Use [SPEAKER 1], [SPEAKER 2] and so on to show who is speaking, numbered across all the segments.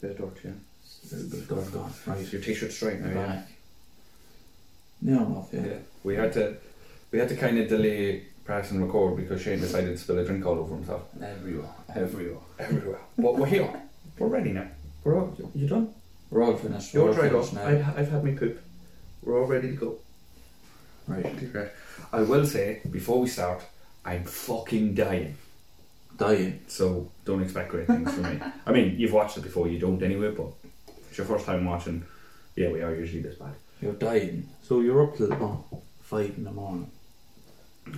[SPEAKER 1] bit of dodge, yeah.
[SPEAKER 2] A little bit of dodge guard,
[SPEAKER 3] Oh,
[SPEAKER 2] right?
[SPEAKER 1] Your t-shirt's straight now, yeah.
[SPEAKER 2] Back. Now I'm off, yeah.
[SPEAKER 3] Yeah, we had to we had to kind of delay press and record because Shane decided to spill a drink all over himself
[SPEAKER 2] Everywhere, everywhere.
[SPEAKER 3] everywhere. But we're here. We're ready now.
[SPEAKER 1] We're all,
[SPEAKER 2] You done? We're all finished.
[SPEAKER 1] you're
[SPEAKER 2] we're
[SPEAKER 1] all dried
[SPEAKER 2] finished
[SPEAKER 1] off. I've, I've had me poop. We're all ready to go.
[SPEAKER 2] Right.
[SPEAKER 3] I will say before we start, I'm fucking dying.
[SPEAKER 2] Dying.
[SPEAKER 3] So don't expect great things from me. I mean, you've watched it before, you don't anyway, but it's your first time watching. Yeah, we are usually this bad.
[SPEAKER 2] You're dying. So you're up till about five in the morning.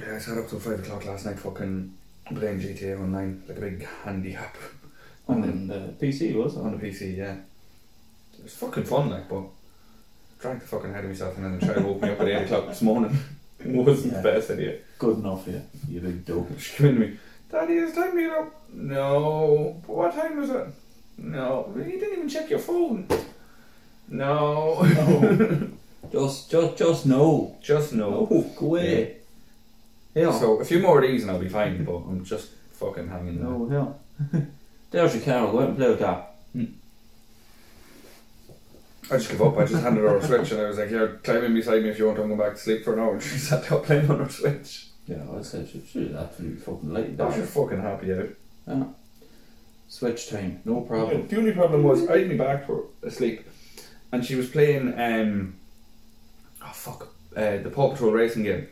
[SPEAKER 3] Yeah, I sat up till five o'clock last night fucking playing GTA online like a big handy app
[SPEAKER 2] On
[SPEAKER 3] On
[SPEAKER 2] the PC, was
[SPEAKER 3] on the PC, yeah. It was fucking fun like but drank the fucking head of myself and then the child woke me up at eight o'clock this morning. Wasn't
[SPEAKER 2] Yeah.
[SPEAKER 3] the best idea.
[SPEAKER 2] Good enough, yeah. You big dope.
[SPEAKER 3] She came in to me, Daddy, it's time to get up. No. "But What time was it? No. "Well, You didn't even check your phone. No.
[SPEAKER 2] No. just, just, just no.
[SPEAKER 3] Just no.
[SPEAKER 2] No, go away. Here.
[SPEAKER 3] So a few more of these and I'll be fine, but I'm just fucking hanging there.
[SPEAKER 2] no, here. There's your Carol. Go out and play with that.
[SPEAKER 3] I just give up. I just handed her a switch and I was like, "Here, climb in beside me if you want. I'm going back to sleep for an hour." And she sat down playing on her switch.
[SPEAKER 2] Yeah, I said she should absolutely fucking late.
[SPEAKER 3] I was just fucking happy out.
[SPEAKER 2] Switch time, no problem.
[SPEAKER 3] The only problem was I had my back for asleep, and she was playing um, oh fuck, uh, the Paw Patrol racing game,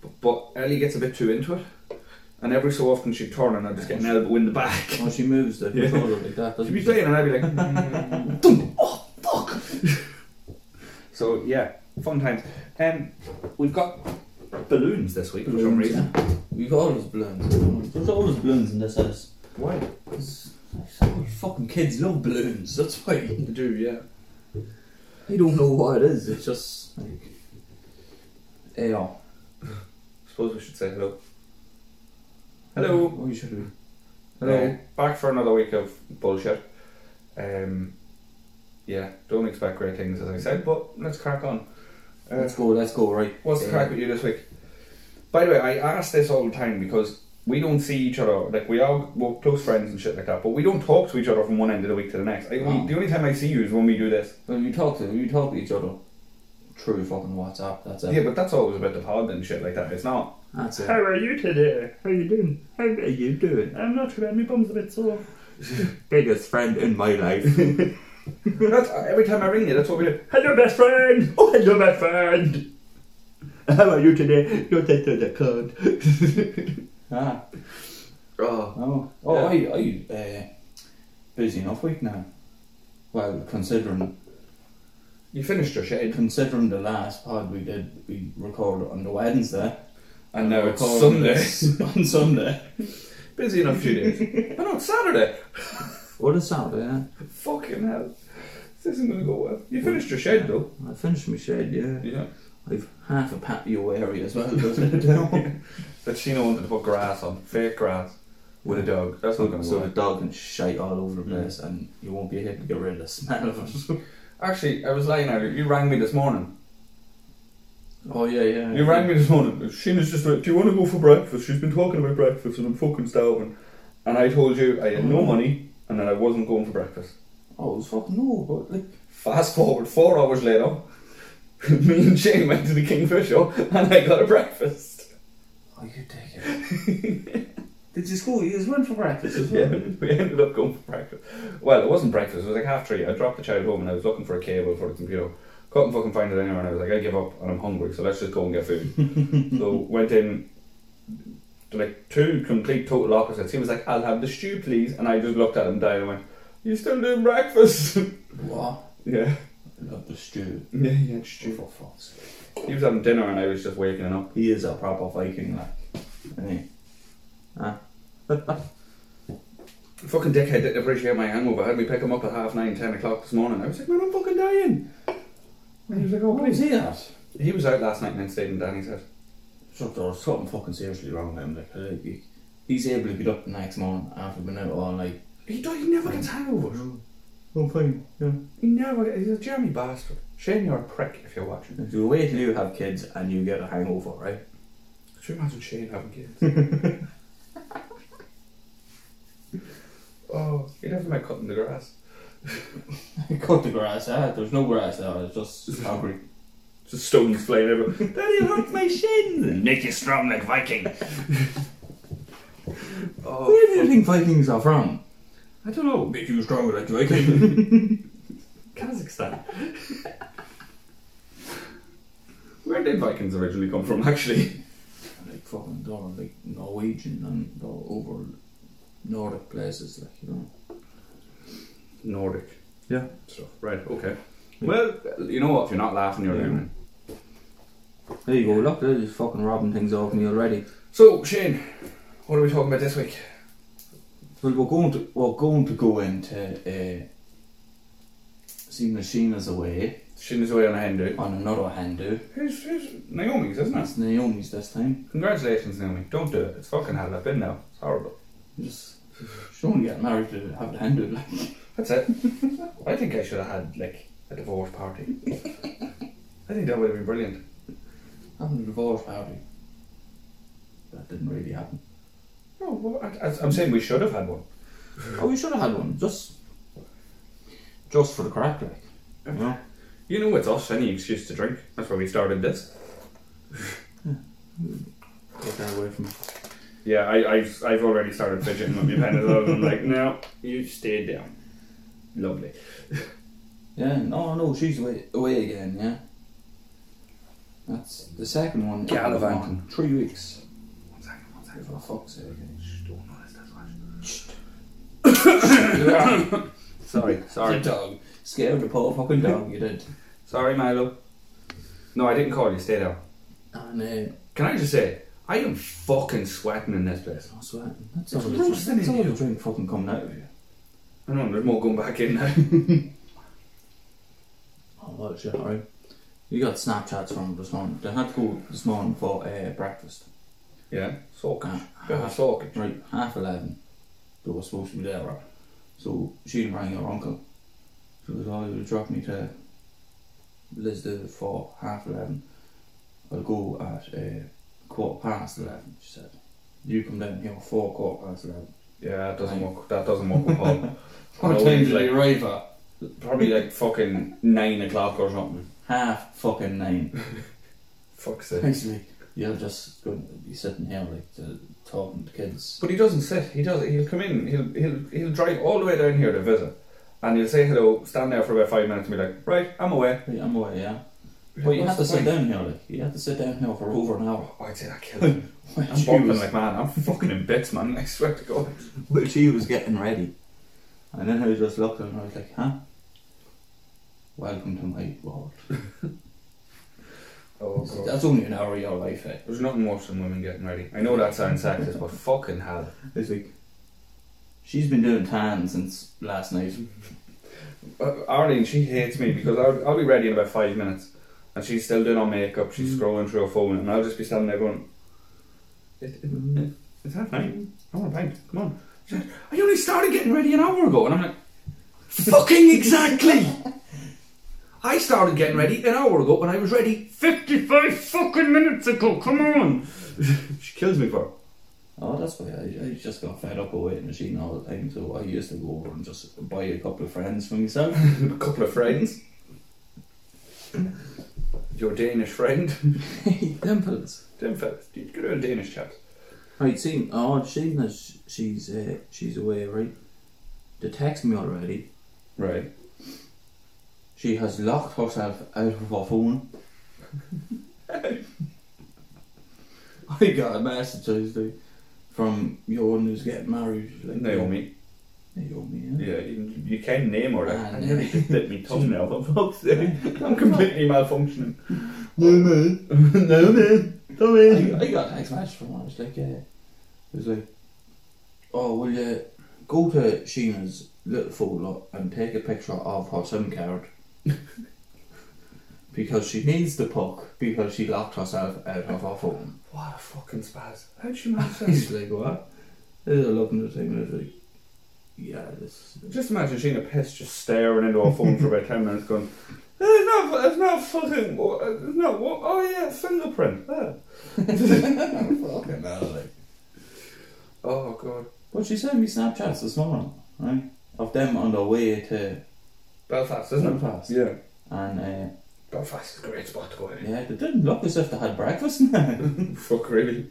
[SPEAKER 3] but, but Ellie gets a bit too into it, and every so often she'd turn and I'd just get an elbow in the back.
[SPEAKER 2] Oh, she moves the
[SPEAKER 3] Yeah.
[SPEAKER 2] controller like that,
[SPEAKER 3] She'd
[SPEAKER 2] doesn't
[SPEAKER 3] be
[SPEAKER 2] she?
[SPEAKER 3] playing and I'd be like, "Mm." oh fuck. so yeah, fun times. Um, we've got balloons this week for some
[SPEAKER 2] Balloons,
[SPEAKER 3] reason.
[SPEAKER 2] yeah. We've always balloons. There's always balloons in this house.
[SPEAKER 3] Why?
[SPEAKER 2] It's- it's all fucking kids love balloons. That's why.
[SPEAKER 3] They do yeah.
[SPEAKER 2] I don't know what it is. It's just like, yeah.
[SPEAKER 3] Suppose we should say hello. Hello.
[SPEAKER 2] Oh, you should do.
[SPEAKER 3] Hello. Back for another week of bullshit. Um, yeah, don't expect great things, as I said, but let's crack on. Uh,
[SPEAKER 2] Let's go. Let's go. Right.
[SPEAKER 3] what's the
[SPEAKER 2] Uh,
[SPEAKER 3] crack with you this week? By the way, I ask this all the time because we don't see each other. Like we are, we're close friends and shit like that, but we don't talk to each other from one end of the week to the next. I,
[SPEAKER 2] No.
[SPEAKER 3] we, the only time I see you is when we do this.
[SPEAKER 2] Well, you talk to you talk to each other through fucking WhatsApp. That's it.
[SPEAKER 3] Yeah, but that's always about the pod and shit like that. It's not.
[SPEAKER 2] That's it.
[SPEAKER 3] are you today? How you doing?
[SPEAKER 2] How are you doing?
[SPEAKER 3] I'm not too bad. My bum's a bit sore.
[SPEAKER 2] Biggest friend in my life.
[SPEAKER 3] that's, uh, every time I ring you, that's what we do.
[SPEAKER 2] Hello, best friend. Oh, hello, my friend. How are you today? You're dead to the card. ah,
[SPEAKER 3] Oh,
[SPEAKER 2] oh, oh, I, I, uh, busy enough week now. Well, considering
[SPEAKER 3] you finished your shade.
[SPEAKER 2] considering the last pod we did, we recorded on the Wednesday,
[SPEAKER 3] And now it's
[SPEAKER 2] Recorded
[SPEAKER 3] Sunday.
[SPEAKER 2] on Sunday.
[SPEAKER 3] Busy enough few days. but on Saturday.
[SPEAKER 2] What a Saturday! Yeah?
[SPEAKER 3] Fucking hell. This isn't going to go well. You finished your shed though.
[SPEAKER 2] I finished my shed. Yeah,
[SPEAKER 3] Yeah.
[SPEAKER 2] I've half a patio area as well. Doesn't it?
[SPEAKER 3] That Sheena wanted to put grass on. Fake grass. With a dog. That's not going to
[SPEAKER 2] so the
[SPEAKER 3] work.
[SPEAKER 2] dog can shite all over the place, and you won't be able to get rid of the smell of it.
[SPEAKER 3] Actually, I was lying earlier. You rang me this morning.
[SPEAKER 2] Oh yeah, yeah.
[SPEAKER 3] You rang me this morning. Sheena's just like, do you want to go for breakfast? She's been talking about breakfast and I'm fucking starving. And I told you I had no money and that I wasn't going for breakfast.
[SPEAKER 2] Oh, it was fucking no, but like,
[SPEAKER 3] Fast forward four hours later, me and Shane went to the Kingfisher and I got a breakfast.
[SPEAKER 2] oh, you take it. Did you school? You just went for breakfast as
[SPEAKER 3] Yeah,
[SPEAKER 2] well.
[SPEAKER 3] we ended up going for breakfast. Well, it wasn't breakfast, it was like half three. I dropped the child home and I was looking for a cable for the computer. Couldn't fucking find it anywhere and I was like, I give up and I'm hungry, so let's just go and get food. so went in to like two complete total opposites. He was like, I'll have the stew please and I just looked at him dying and went, You still doing breakfast?
[SPEAKER 2] What?
[SPEAKER 3] yeah.
[SPEAKER 2] I love the stew.
[SPEAKER 3] Yeah, yeah,
[SPEAKER 2] Stew for fuck's sake.
[SPEAKER 3] He was having dinner and I was just waking up.
[SPEAKER 2] He is a proper Viking, like, isn't he? Huh?
[SPEAKER 3] Fucking dickhead didn't appreciate my hangover. had me pick him up at half nine, ten o'clock this morning. I was like, Man, I'm fucking dying. And he was like, Oh, what
[SPEAKER 2] What
[SPEAKER 3] is
[SPEAKER 2] is he at?
[SPEAKER 3] He was out last night and then stayed in Danny's house.
[SPEAKER 2] So there's something fucking seriously wrong with him. Like, uh, he- he's able to get up the next morning after being out all night.
[SPEAKER 3] He, don't, he never gets hangovers.
[SPEAKER 2] I'm fine. Yeah.
[SPEAKER 3] He never gets, he's a Jeremy bastard. Shane, you're a prick if you're watching.
[SPEAKER 2] You wait till you have kids and you get a hangover, right?
[SPEAKER 3] Could you imagine Shane having kids? oh, he'd have them out cutting the grass.
[SPEAKER 2] I cut the grass out. There's no grass out. It's just concrete.
[SPEAKER 3] Just stones flying everywhere. Daddy it hurts my shins. And Make you strong like Viking.
[SPEAKER 1] Oh,
[SPEAKER 2] Where do you think Vikings are from?
[SPEAKER 3] I don't know.
[SPEAKER 2] Make you stronger like Viking.
[SPEAKER 3] Kazakhstan. Where did Vikings originally come from? Actually,
[SPEAKER 2] like fucking they're like Norwegian and they're over Nordic places, like you know.
[SPEAKER 3] Nordic.
[SPEAKER 1] Yeah.
[SPEAKER 3] Stuff. Right. Okay. Well, you know what? If you're not laughing, you're learning.
[SPEAKER 2] There you go. Look, they're just fucking robbing things off me already.
[SPEAKER 3] So Shane, what are we talking about this week?
[SPEAKER 2] Well, we're going to we're going to go into uh, seeing the Sheena's away
[SPEAKER 3] Shane is away on a Hindu.
[SPEAKER 2] on another eh? Hindu.
[SPEAKER 3] Who's, who's Naomi's, isn't it?
[SPEAKER 2] That's Naomi's this time.
[SPEAKER 3] Congratulations, Naomi. Don't do it. It's fucking hell. I've been now. It's horrible.
[SPEAKER 2] Just she don't get married to have the Hindu. Like,
[SPEAKER 3] That's it. I think I should have had like a divorce party. I think that would have been brilliant.
[SPEAKER 2] having a divorce party. That didn't really happen.
[SPEAKER 3] No, well, I, I, I'm saying we should have had one.
[SPEAKER 2] Oh, we should have had one just just for the crack, like. You know?
[SPEAKER 3] You know, it's us. Any excuse to drink. That's why we started this.
[SPEAKER 2] Get that away from.
[SPEAKER 3] Yeah, I, I've, I've already started fidgeting with my pen as well. and I'm like, no, you stay down. Lovely.
[SPEAKER 2] Yeah. No, no, she's away away again. Yeah. That's the second one.
[SPEAKER 3] Gallivanting.
[SPEAKER 2] Three weeks.
[SPEAKER 3] One second, one second.
[SPEAKER 2] For fuck's sake.
[SPEAKER 3] Shh, don't notice that's why.
[SPEAKER 2] Sorry,
[SPEAKER 3] sorry.
[SPEAKER 2] It's a dog. Scared the poor fucking dog, you did.
[SPEAKER 3] Sorry, Milo. No, I didn't call you. Stay down.
[SPEAKER 2] And uh,
[SPEAKER 3] Can I just say, I am fucking sweating in this place.
[SPEAKER 2] I'm sweating. That's
[SPEAKER 3] It's
[SPEAKER 2] all the
[SPEAKER 3] roasting
[SPEAKER 2] drink- That's
[SPEAKER 3] in
[SPEAKER 2] all
[SPEAKER 3] you.
[SPEAKER 2] the drink fucking coming out of you.
[SPEAKER 3] I know there's more going back in now.
[SPEAKER 2] Oh, well, shit, alright. You got Snapchats from them this morning. They had to go this morning for uh, breakfast.
[SPEAKER 3] yeah, soak.
[SPEAKER 2] Uh,
[SPEAKER 3] Bit of
[SPEAKER 2] half-
[SPEAKER 3] soak.
[SPEAKER 2] right, half 11. They were supposed to be there, right? So she rang her uncle. She was, oh, you'll drop me to Lisda for half 11. I'll go at uh, quarter past 11, she said. You come down here for quarter past 11.
[SPEAKER 3] Yeah, that doesn't work. That doesn't work with Paul.
[SPEAKER 2] What
[SPEAKER 3] No,
[SPEAKER 2] time
[SPEAKER 3] it's
[SPEAKER 2] did
[SPEAKER 3] like-
[SPEAKER 2] they arrive at?
[SPEAKER 3] Probably like fucking nine o'clock or something.
[SPEAKER 2] Half fucking nine.
[SPEAKER 3] Fuck's sake.
[SPEAKER 2] Thanks, me. You're just going to be sitting here like to, talking to kids.
[SPEAKER 3] But he doesn't sit. He does. He'll come in. He'll he'll he'll drive all the way down here to visit, and he'll say hello, stand there for about five minutes, and be like, "Right, I'm away."
[SPEAKER 2] Right, I'm away, yeah. But you have to
[SPEAKER 3] What's the
[SPEAKER 2] sit
[SPEAKER 3] point?
[SPEAKER 2] down here, like you have to sit down here for over an hour.
[SPEAKER 3] Oh, I'd say that killed him. I'm bumping like man. I'm fucking in bits, man. I swear to God.
[SPEAKER 2] But she was getting ready, and then I just looked at her and I was like, "Huh? Welcome to my world."
[SPEAKER 3] Oh
[SPEAKER 2] That's only an hour of your life, eh?
[SPEAKER 3] There's nothing worse than women getting ready. I know that sounds sexist, but fucking hell.
[SPEAKER 2] It's like she's been doing tan since last night.
[SPEAKER 3] Uh, Arlene, she hates me because I'll, I'll be ready in about five minutes, and she's still doing her makeup. She's scrolling through her phone, and I'll just be standing there going, "Is, is, is that fine? I want a pint. Come on." She said, I only started getting ready an hour ago, and I'm like, "Fucking exactly." I started getting ready an hour ago when I was ready 55 fucking minutes ago. Come on. she kills me for it.
[SPEAKER 2] Oh, that's why I, I just got fed up of waiting machine all the time. So I used to go over and just buy a couple of friends for myself.
[SPEAKER 3] a couple of friends. Your Danish friend.
[SPEAKER 2] Dimples.
[SPEAKER 3] Tim Phillips. Dude, good old Danish chaps.
[SPEAKER 2] Right, seen. Oh, seen that sh- she's uh, she's away, right? They text me already.
[SPEAKER 3] Right.
[SPEAKER 2] She has locked herself out of her phone. I got a message Tuesday from your one who's getting married. Like,
[SPEAKER 3] Naomi.
[SPEAKER 2] Naomi, yeah.
[SPEAKER 3] Yeah, you, you can name her.
[SPEAKER 2] Ah,
[SPEAKER 3] I
[SPEAKER 2] no.
[SPEAKER 3] nearly just bit me thumbnail, for fuck's sake. I'm completely malfunctioning.
[SPEAKER 2] Naomi.
[SPEAKER 3] Naomi. Come
[SPEAKER 2] I, I got a text message from her. I was like, yeah. It was like, oh, will you go to Sheena's little photo and take a picture of her SIM card? because she needs the puck because she locked herself out of her phone.
[SPEAKER 3] What a fucking spaz. How'd she manage
[SPEAKER 2] He's
[SPEAKER 3] that?
[SPEAKER 2] like, what? They're looking at the thing and it's like, yeah, this.
[SPEAKER 3] just imagine Sheena Piss just staring into her phone for about 10 minutes going, it's not, it's not fucking, it's not, what, oh yeah, fingerprint. Ah. there."
[SPEAKER 2] fucking hell, like.
[SPEAKER 3] Oh god.
[SPEAKER 2] But she sent me Snapchats this morning, right? Of them on their way to
[SPEAKER 3] Belfast, isn't it?
[SPEAKER 2] Belfast.
[SPEAKER 3] Yeah.
[SPEAKER 2] And uh,
[SPEAKER 3] Belfast is a great spot to go in.
[SPEAKER 2] yeah, they didn't look as if they had breakfast. Aye,
[SPEAKER 3] Fuck, really.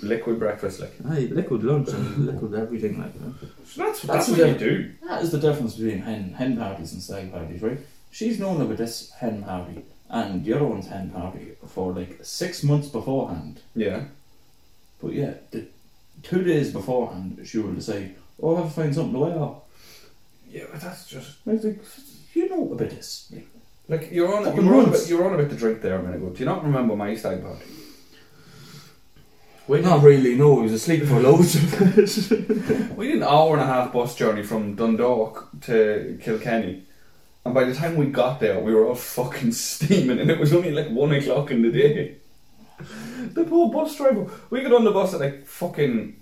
[SPEAKER 3] Liquid breakfast, like.
[SPEAKER 2] liquid lunch and liquid everything like that.
[SPEAKER 3] So that's,
[SPEAKER 2] That's
[SPEAKER 3] that's,
[SPEAKER 2] what
[SPEAKER 3] what
[SPEAKER 2] they-
[SPEAKER 3] you do.
[SPEAKER 2] That is the difference between hen, hen parties and stag parties, right? She's known about this hen party and the other one's hen party for like six months beforehand.
[SPEAKER 3] Yeah.
[SPEAKER 2] But yeah, the, two days beforehand, she will decide, oh, I'll have to find something to wear.
[SPEAKER 3] Yeah, but that's just.
[SPEAKER 2] I was like, you know about this.
[SPEAKER 3] Like, you're on,
[SPEAKER 2] Fucking
[SPEAKER 3] you're on,
[SPEAKER 2] runs.
[SPEAKER 3] about, you're on about the drink there a minute ago. Do you not remember my stag party?
[SPEAKER 2] Wait, not really, no, he was asleep for loads of it.
[SPEAKER 3] We did an hour and a half bus journey from Dundalk to Kilkenny. And by the time we got there, we were all fucking steaming, and it was only like one o'clock in the day. The poor bus driver. We got on the bus at like fucking.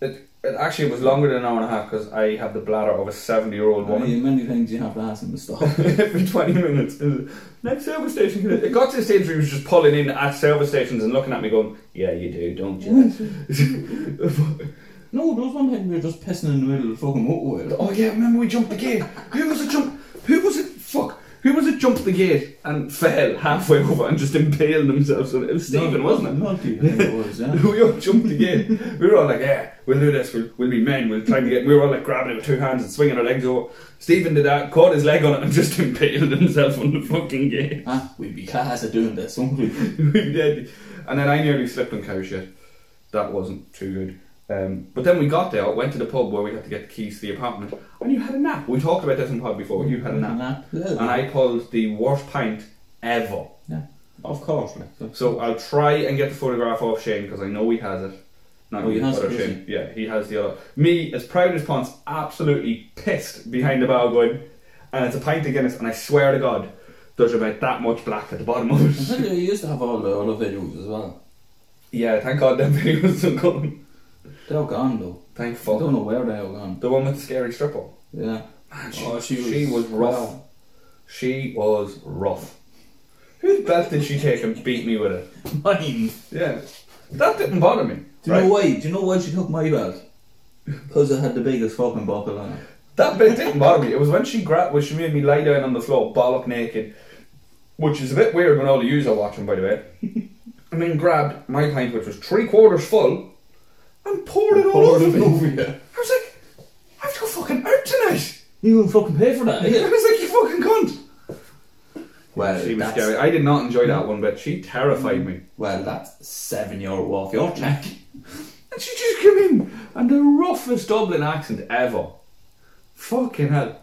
[SPEAKER 3] It, it actually was longer than an hour and a half because I have the bladder of a 70 year old
[SPEAKER 2] Well,
[SPEAKER 3] woman.
[SPEAKER 2] many things you have to ask him to stop.
[SPEAKER 3] Every 20 minutes. Next service station. It got to the stage where he was just pulling in at service stations and looking at me going, Yeah, you do, don't you?
[SPEAKER 2] No, there was one time we were just pissing in the middle of the fucking motorway.
[SPEAKER 3] Oh yeah, remember we jumped the gate. Who was it jump? Who was it? Fuck. Who was it jumped the gate and fell halfway over and just impaled themselves? on it? It was Stephen, wasn't it?
[SPEAKER 2] Not you, I think it was, yeah.
[SPEAKER 3] We all jumped the gate. We were all like, "Yeah, we'll do this. We'll, we'll be men. We'll try to get." We were all like grabbing it with two hands and swinging our legs over. Stephen did that, caught his leg on it, and just impaled himself on the fucking gate.
[SPEAKER 2] ah, we'd be class at doing this, wouldn't we?
[SPEAKER 3] we did. And then I nearly slipped on cow shit. That wasn't too good. Um, but then we got there, went to the pub where we had to get the keys to the apartment, and you had a nap. We talked about this in pod before. You had a nap, and
[SPEAKER 2] Yeah.
[SPEAKER 3] I pulled the worst pint ever.
[SPEAKER 2] Of course, like. so-
[SPEAKER 3] So I'll try and get the photograph off Shane because I know he has it. Not
[SPEAKER 2] Oh, he
[SPEAKER 3] me,
[SPEAKER 2] has
[SPEAKER 3] but
[SPEAKER 2] it,
[SPEAKER 3] of
[SPEAKER 2] does
[SPEAKER 3] Shane. Yeah, he has the other. Me, as proud as Ponce, absolutely pissed behind the bar going, and it's a pint of Guinness, and I swear to God, there's about that much black at the bottom of it.
[SPEAKER 2] I think they used to have all the other videos as well.
[SPEAKER 3] Yeah, thank God that video wasn't gone.
[SPEAKER 2] They're gone though.
[SPEAKER 3] Thank
[SPEAKER 2] I don't know where they are gone.
[SPEAKER 3] The one with the scary stripper.
[SPEAKER 2] Yeah.
[SPEAKER 3] Man,
[SPEAKER 2] Oh, she was-
[SPEAKER 3] rough.
[SPEAKER 2] wow.
[SPEAKER 3] She was rough. Whose belt did she take and beat me with it?
[SPEAKER 2] Mine.
[SPEAKER 3] Yeah. That didn't bother me.
[SPEAKER 2] Do you
[SPEAKER 3] right?
[SPEAKER 2] know why? Do you know why she took my belt? Because it had the biggest fucking buckle on it.
[SPEAKER 3] That bit didn't bother me. It was when she grabbed, when she made me lie down on the floor, bollock naked, which is a bit weird when all the yous are watching, by the way. and then grabbed my pint, which was three quarters full, and poured it all
[SPEAKER 2] Poured
[SPEAKER 3] over me.
[SPEAKER 2] it over you.
[SPEAKER 3] I was like, I have to go fucking out tonight.
[SPEAKER 2] You wouldn't fucking pay for that,
[SPEAKER 3] I
[SPEAKER 2] either.
[SPEAKER 3] was like, you fucking cunt.
[SPEAKER 2] Well,
[SPEAKER 3] She was
[SPEAKER 2] that's,
[SPEAKER 3] scary. I did not enjoy that one bit. She terrified me.
[SPEAKER 2] well, that's seven euro off your check.
[SPEAKER 3] And Mm. she just came in and the roughest Dublin accent ever. Fucking hell.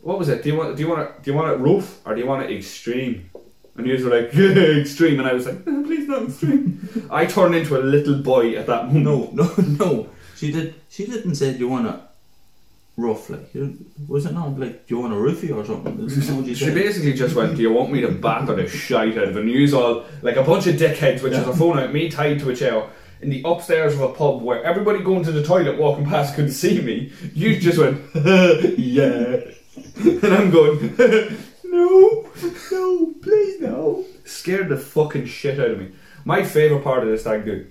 [SPEAKER 3] What was it? Do you want do you want it, do you want it rough or do you want it extreme? And you were like, yeah, extreme and I was like, "No, please not extreme. I turned into a little boy at that moment.
[SPEAKER 2] No, no, no. She did. She didn't say, "Do you want a rough like?" Was it not like, "Do you want a roofie or something"? Isn't that what you
[SPEAKER 3] She
[SPEAKER 2] said?
[SPEAKER 3] basically just went, Do you want me to batter the shite out of a news all like a bunch of dickheads which is a phone out, me tied to a chair in the upstairs of a pub where everybody going to the toilet walking past could see me. You just went, yeah. And I'm going, no, no, please no. Scared the fucking shit out of me. My favourite part of this stag do.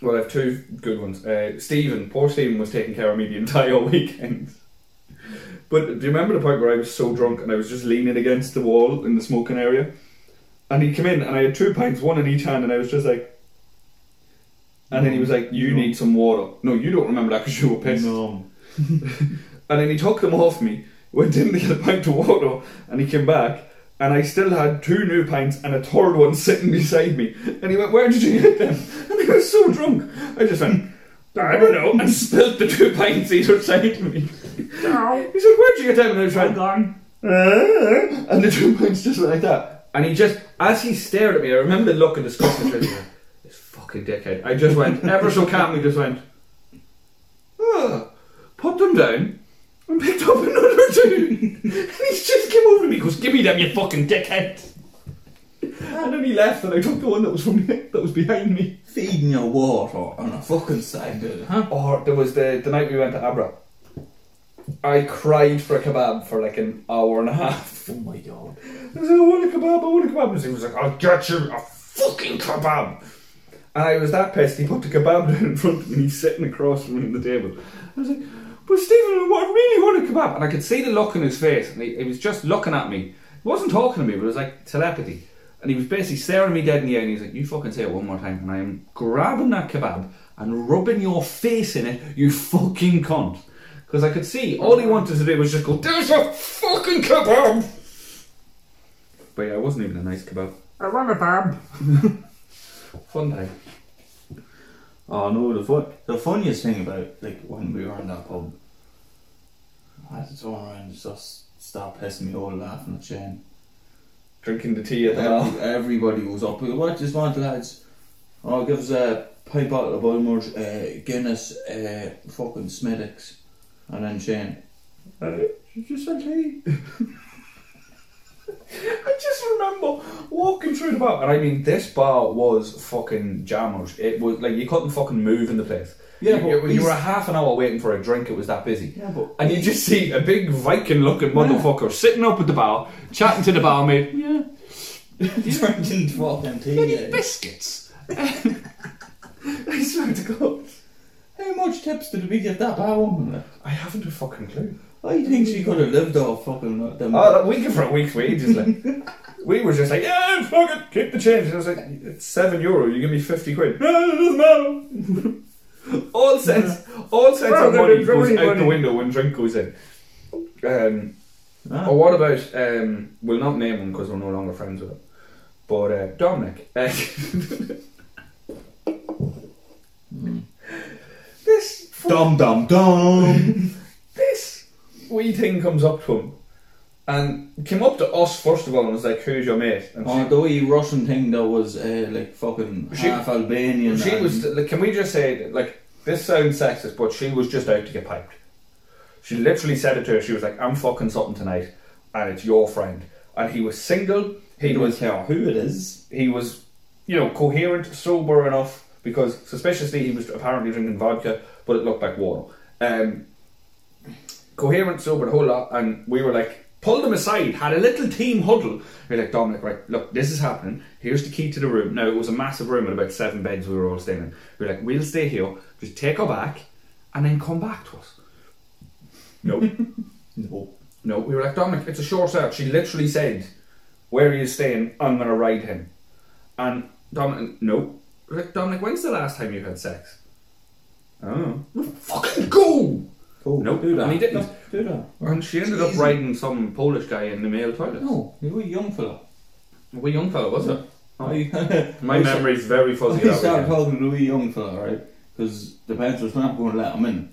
[SPEAKER 3] Well, I have two good ones. Uh, Stephen, poor Stephen was taking care of me the entire weekend. But do you remember the point where I was so drunk and I was just leaning against the wall in the smoking area? And he came in and I had two pints, one in each hand, and I was just like. And then he was like, You
[SPEAKER 2] No.
[SPEAKER 3] need some water. No, you don't remember that because you were pissed.
[SPEAKER 2] No.
[SPEAKER 3] And then he took them off me, went in to get a pint of water, and he came back. And I still had two new pints and a third one sitting beside me. And he went, Where did you get them? And I was so drunk. I just went, I don't know, and spilled the two pints either side of me. He said, Where'd you get them? And I was like, "Uh," And the two pints just went like that. And he just, as he stared at me, I remember the look of disgust. and like, This fucking dickhead. I just went, ever so calmly, just went, "Ah," Put them down and picked up another two. and he just came over to me and goes, Give me them, you fucking dickhead. And then he left, and I took the one that was from me, that was behind me.
[SPEAKER 2] Feeding your water on a fucking side, dude, huh?
[SPEAKER 3] Or there was the the night we went to Abra. I cried for a kebab for like an hour and a half.
[SPEAKER 2] Oh my god.
[SPEAKER 3] I was like, I want a kebab, I want a kebab. And he was like, I'll get you a fucking kebab. And I was that pissed, he put the kebab down in front of me, and he's sitting across from me on the table. I was like, but Stephen, I really want a kebab. And I could see the look in his face, and he, he was just looking at me. He wasn't talking to me, but it was like telepathy. And he was basically staring me dead in the eye, and he was like, You fucking say it one more time, and I am grabbing that kebab and rubbing your face in it, you fucking cunt. Because I could see all he wanted to do was just go, There's a fucking kebab! But yeah, it wasn't even a nice kebab.
[SPEAKER 2] I want a barb.
[SPEAKER 3] Fun day.
[SPEAKER 2] Oh no, the fun, the funniest thing about like when we were in that pub, I had to turn around and just start pissing me all laughing at Shane.
[SPEAKER 3] Drinking the tea at the bar.
[SPEAKER 2] Every, everybody was up. What just want, lads? Oh, give us a pint bottle of Bulmers, uh, Guinness, uh, fucking Smittix, and then Shane.
[SPEAKER 3] Uh, you just said hey. I just remember walking through the bar, and I mean, this bar was fucking jammers. It was like you couldn't fucking move in the place.
[SPEAKER 2] Yeah,
[SPEAKER 3] you,
[SPEAKER 2] but
[SPEAKER 3] you- you
[SPEAKER 2] he's-
[SPEAKER 3] were a half an hour waiting for a drink. It was that busy.
[SPEAKER 2] Yeah, but
[SPEAKER 3] And you just see a big Viking-looking motherfucker sitting up at the bar, chatting to the barmaid. Yeah,
[SPEAKER 2] drinking fucking tea.
[SPEAKER 3] bloody
[SPEAKER 2] eh?
[SPEAKER 3] biscuits. I swear to God,
[SPEAKER 2] How much tips did we get that bar woman? like?
[SPEAKER 3] I haven't a fucking clue.
[SPEAKER 2] I think she could have lived off fucking uh, them.
[SPEAKER 3] Oh, that week for a week's wages. Like, we were just like, yeah, fuck it, keep the change. And I was like, it's seven euro. You give me fifty quid. No, it doesn't matter. all sense, all sense
[SPEAKER 1] Well,
[SPEAKER 3] of money
[SPEAKER 1] they're
[SPEAKER 3] goes
[SPEAKER 1] drawing
[SPEAKER 3] out the
[SPEAKER 1] money.
[SPEAKER 3] window when drink goes in. Um,
[SPEAKER 2] Ah.
[SPEAKER 3] or what about? Um, we'll not name him because we're no longer friends with him. But uh, Dominic, uh,
[SPEAKER 2] Mm.
[SPEAKER 3] this
[SPEAKER 2] Dum dum dum.
[SPEAKER 3] this wee thing comes up to him, and came up to us first of all and was like, "Who's your mate?" And she-
[SPEAKER 2] oh, the wee Russian thing that was uh, like fucking
[SPEAKER 3] She-
[SPEAKER 2] half Albanian.
[SPEAKER 3] She
[SPEAKER 2] and-
[SPEAKER 3] was. Like, can we just say that, like this sounds sexist, but she was just out to get piped. She literally said it to her. She was like, "I'm fucking something tonight, and it's your friend." And he was single. He
[SPEAKER 2] You don't
[SPEAKER 3] was.
[SPEAKER 2] care who it is.
[SPEAKER 3] He was, you know, coherent, sober enough because suspiciously he was apparently drinking vodka, but it looked like water. Um, coherent, sober, a whole lot, and we were like, pulled them aside, had a little team huddle. We were like, Dominic, right, look, this is happening. Here's the key to the room. Now, it was a massive room with about seven beds we were all staying in. We were like, we'll stay here, just take her back, and then come back to us. No.
[SPEAKER 2] No.
[SPEAKER 3] No, we were like, Dominic, it's a short search. She literally said, Where are you staying? I'm going to ride him. And Dominic, no. We're like, Dominic, when's the last time you had sex? Oh. Well, fucking go!
[SPEAKER 2] Cool.
[SPEAKER 3] Nope.
[SPEAKER 2] Do that.
[SPEAKER 3] And he didn't.
[SPEAKER 2] No, do that.
[SPEAKER 3] And she ended up riding some Polish guy in the male toilet.
[SPEAKER 2] No, you were a young fella.
[SPEAKER 3] A wee young fella, was it?
[SPEAKER 2] I-
[SPEAKER 3] Oh. My
[SPEAKER 2] I sta-
[SPEAKER 3] memory's very fuzzy.
[SPEAKER 2] I
[SPEAKER 3] that
[SPEAKER 2] started
[SPEAKER 3] weekend.
[SPEAKER 2] talking to the wee young fella, right? Because the bouncers were not going to let him in.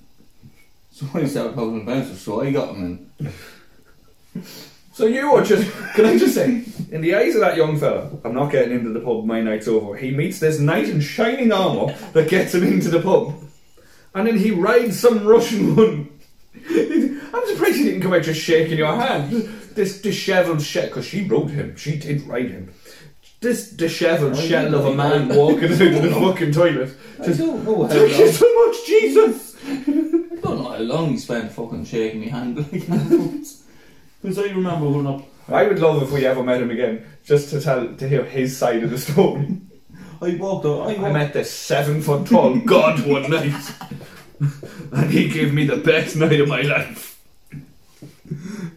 [SPEAKER 2] So I started talking to the bouncers, so I got him in.
[SPEAKER 3] So you were just. Can I just say, in the eyes of that young fella, I'm not getting into the pub. My night's over. He meets this knight in shining armour that gets him into the pub, and then he rides some Russian one. I'm surprised he didn't come out just shaking your hand. This dishevelled shit, because she rode him. She did ride him. This dishevelled
[SPEAKER 2] I
[SPEAKER 3] shell of a
[SPEAKER 2] didn't
[SPEAKER 3] man
[SPEAKER 2] know.
[SPEAKER 3] walking out of the fucking toilet.
[SPEAKER 2] I
[SPEAKER 3] Just
[SPEAKER 2] don't know how
[SPEAKER 3] thank you
[SPEAKER 2] long.
[SPEAKER 3] so much, Jesus.
[SPEAKER 2] I don't know how long he spent fucking shaking my hand like that. Because I remember going up.
[SPEAKER 3] I would love if we ever met him again, just to tell to hear his side of the story.
[SPEAKER 2] I walked up. I, walked,
[SPEAKER 3] I met this seven foot tall god one night, and he gave me the best night of my life.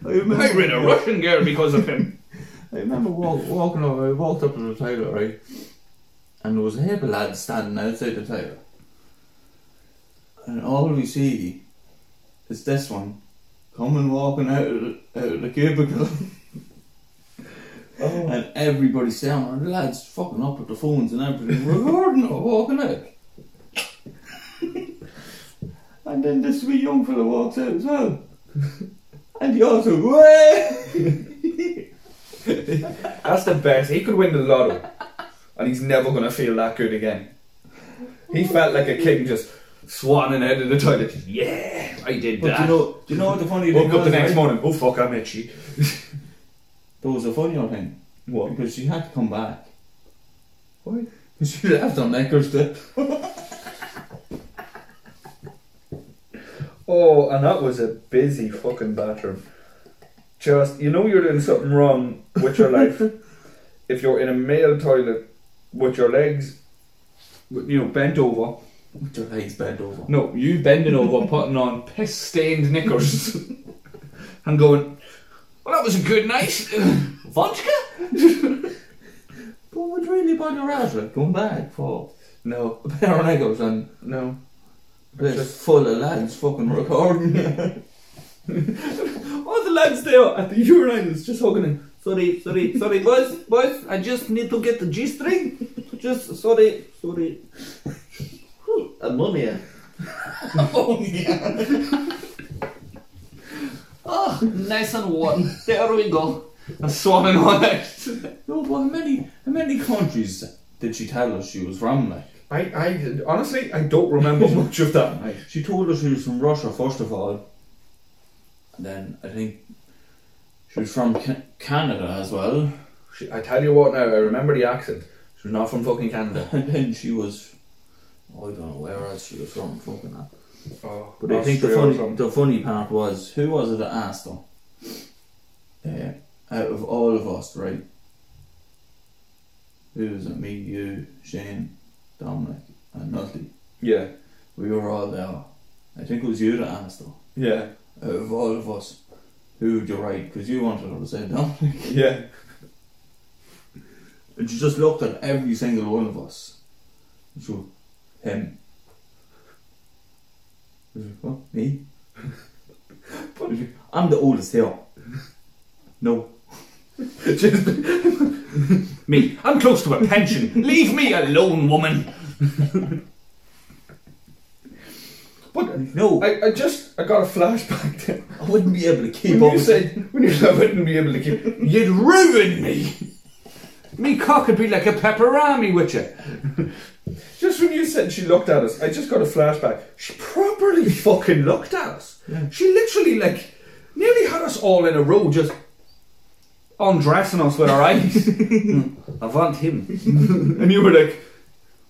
[SPEAKER 2] I remember,
[SPEAKER 3] I read a Russian girl because of him.
[SPEAKER 2] I remember walk, walking up. I walked up to the toilet, right? And there was a heap of lads standing outside the toilet. And all we see is this one coming walking out of the, out of the cubicle.
[SPEAKER 3] Oh.
[SPEAKER 2] And everybody's down, and the lads fucking up with the phones and everything, recording it, walking out. and then this wee young fella walks out as well. And he also, way!
[SPEAKER 3] That's the best. He could win the lotto, and he's never going to feel that good again. He felt like a king just swanning out of the toilet. Yeah, I did
[SPEAKER 2] But do you
[SPEAKER 3] that.
[SPEAKER 2] know, do you know what the funny thing
[SPEAKER 3] Woke up the
[SPEAKER 2] was?
[SPEAKER 3] next
[SPEAKER 2] right?
[SPEAKER 3] morning. Oh fuck, I met you.
[SPEAKER 2] There was a funnier thing,
[SPEAKER 3] What?
[SPEAKER 2] because she had to come back.
[SPEAKER 3] Why?
[SPEAKER 2] Because she left on Necker's Day.
[SPEAKER 3] Oh, and that was a busy fucking bathroom. Just, you know, you're doing something wrong with your life if you're in a male toilet with your legs, you know, bent over
[SPEAKER 2] With your legs bent over.
[SPEAKER 3] No, you bending over, putting on piss stained knickers and going, Well, that was a good night. Vodka?
[SPEAKER 2] But would really bother us like going back for
[SPEAKER 3] No,
[SPEAKER 2] a pair of knickers and
[SPEAKER 3] no.
[SPEAKER 2] this full of lads fucking recording.
[SPEAKER 3] All the lads there at the urinal is just hugging in.
[SPEAKER 2] sorry, sorry, sorry, boys, boys, I just need to get the G string. Just sorry, sorry.
[SPEAKER 1] Ammonia.
[SPEAKER 2] Oh yeah.
[SPEAKER 3] Oh, nice and warm. There we go. And swanning on it.
[SPEAKER 2] No, but how many how many countries did she tell us she was from like?
[SPEAKER 3] I, I honestly, I don't remember much of that night.
[SPEAKER 2] She told us she was from Russia first of all. And then I think she was from Ca- Canada as well.
[SPEAKER 3] She, I tell you what now, I remember the accent. She was not from fucking Canada.
[SPEAKER 2] And then she was I don't know where else she was from, fucking that.
[SPEAKER 3] Oh,
[SPEAKER 2] But I think the funny, the funny part was who was it that asked them? Uh, out of all of us, right? Who was it? Me, you, Shane, Dominic, and Nutty.
[SPEAKER 3] Yeah,
[SPEAKER 2] We were all there. I think it was you that asked them.
[SPEAKER 3] yeah,
[SPEAKER 2] Out of all of us, who would you write? Because you wanted her to say Dominic.
[SPEAKER 3] yeah.
[SPEAKER 2] And she just looked at every single one of us. And She went, him. I was like, what? Me? I was like, I'm the oldest here. No.
[SPEAKER 3] Just me. I'm close to a pension. Leave me alone, woman. but
[SPEAKER 2] No. I,
[SPEAKER 3] I, I just I got a flashback then.
[SPEAKER 2] wouldn't be able to keep
[SPEAKER 3] When
[SPEAKER 2] up
[SPEAKER 3] you
[SPEAKER 2] with
[SPEAKER 3] said when you said I wouldn't be able to keep you'd ruin me. Me cock would be like a pepperami with you. Just when you said she looked at us, I just got a flashback. She properly fucking looked at us. She literally like nearly had us all in a row just undressing us with her eyes. I want him. and you were like,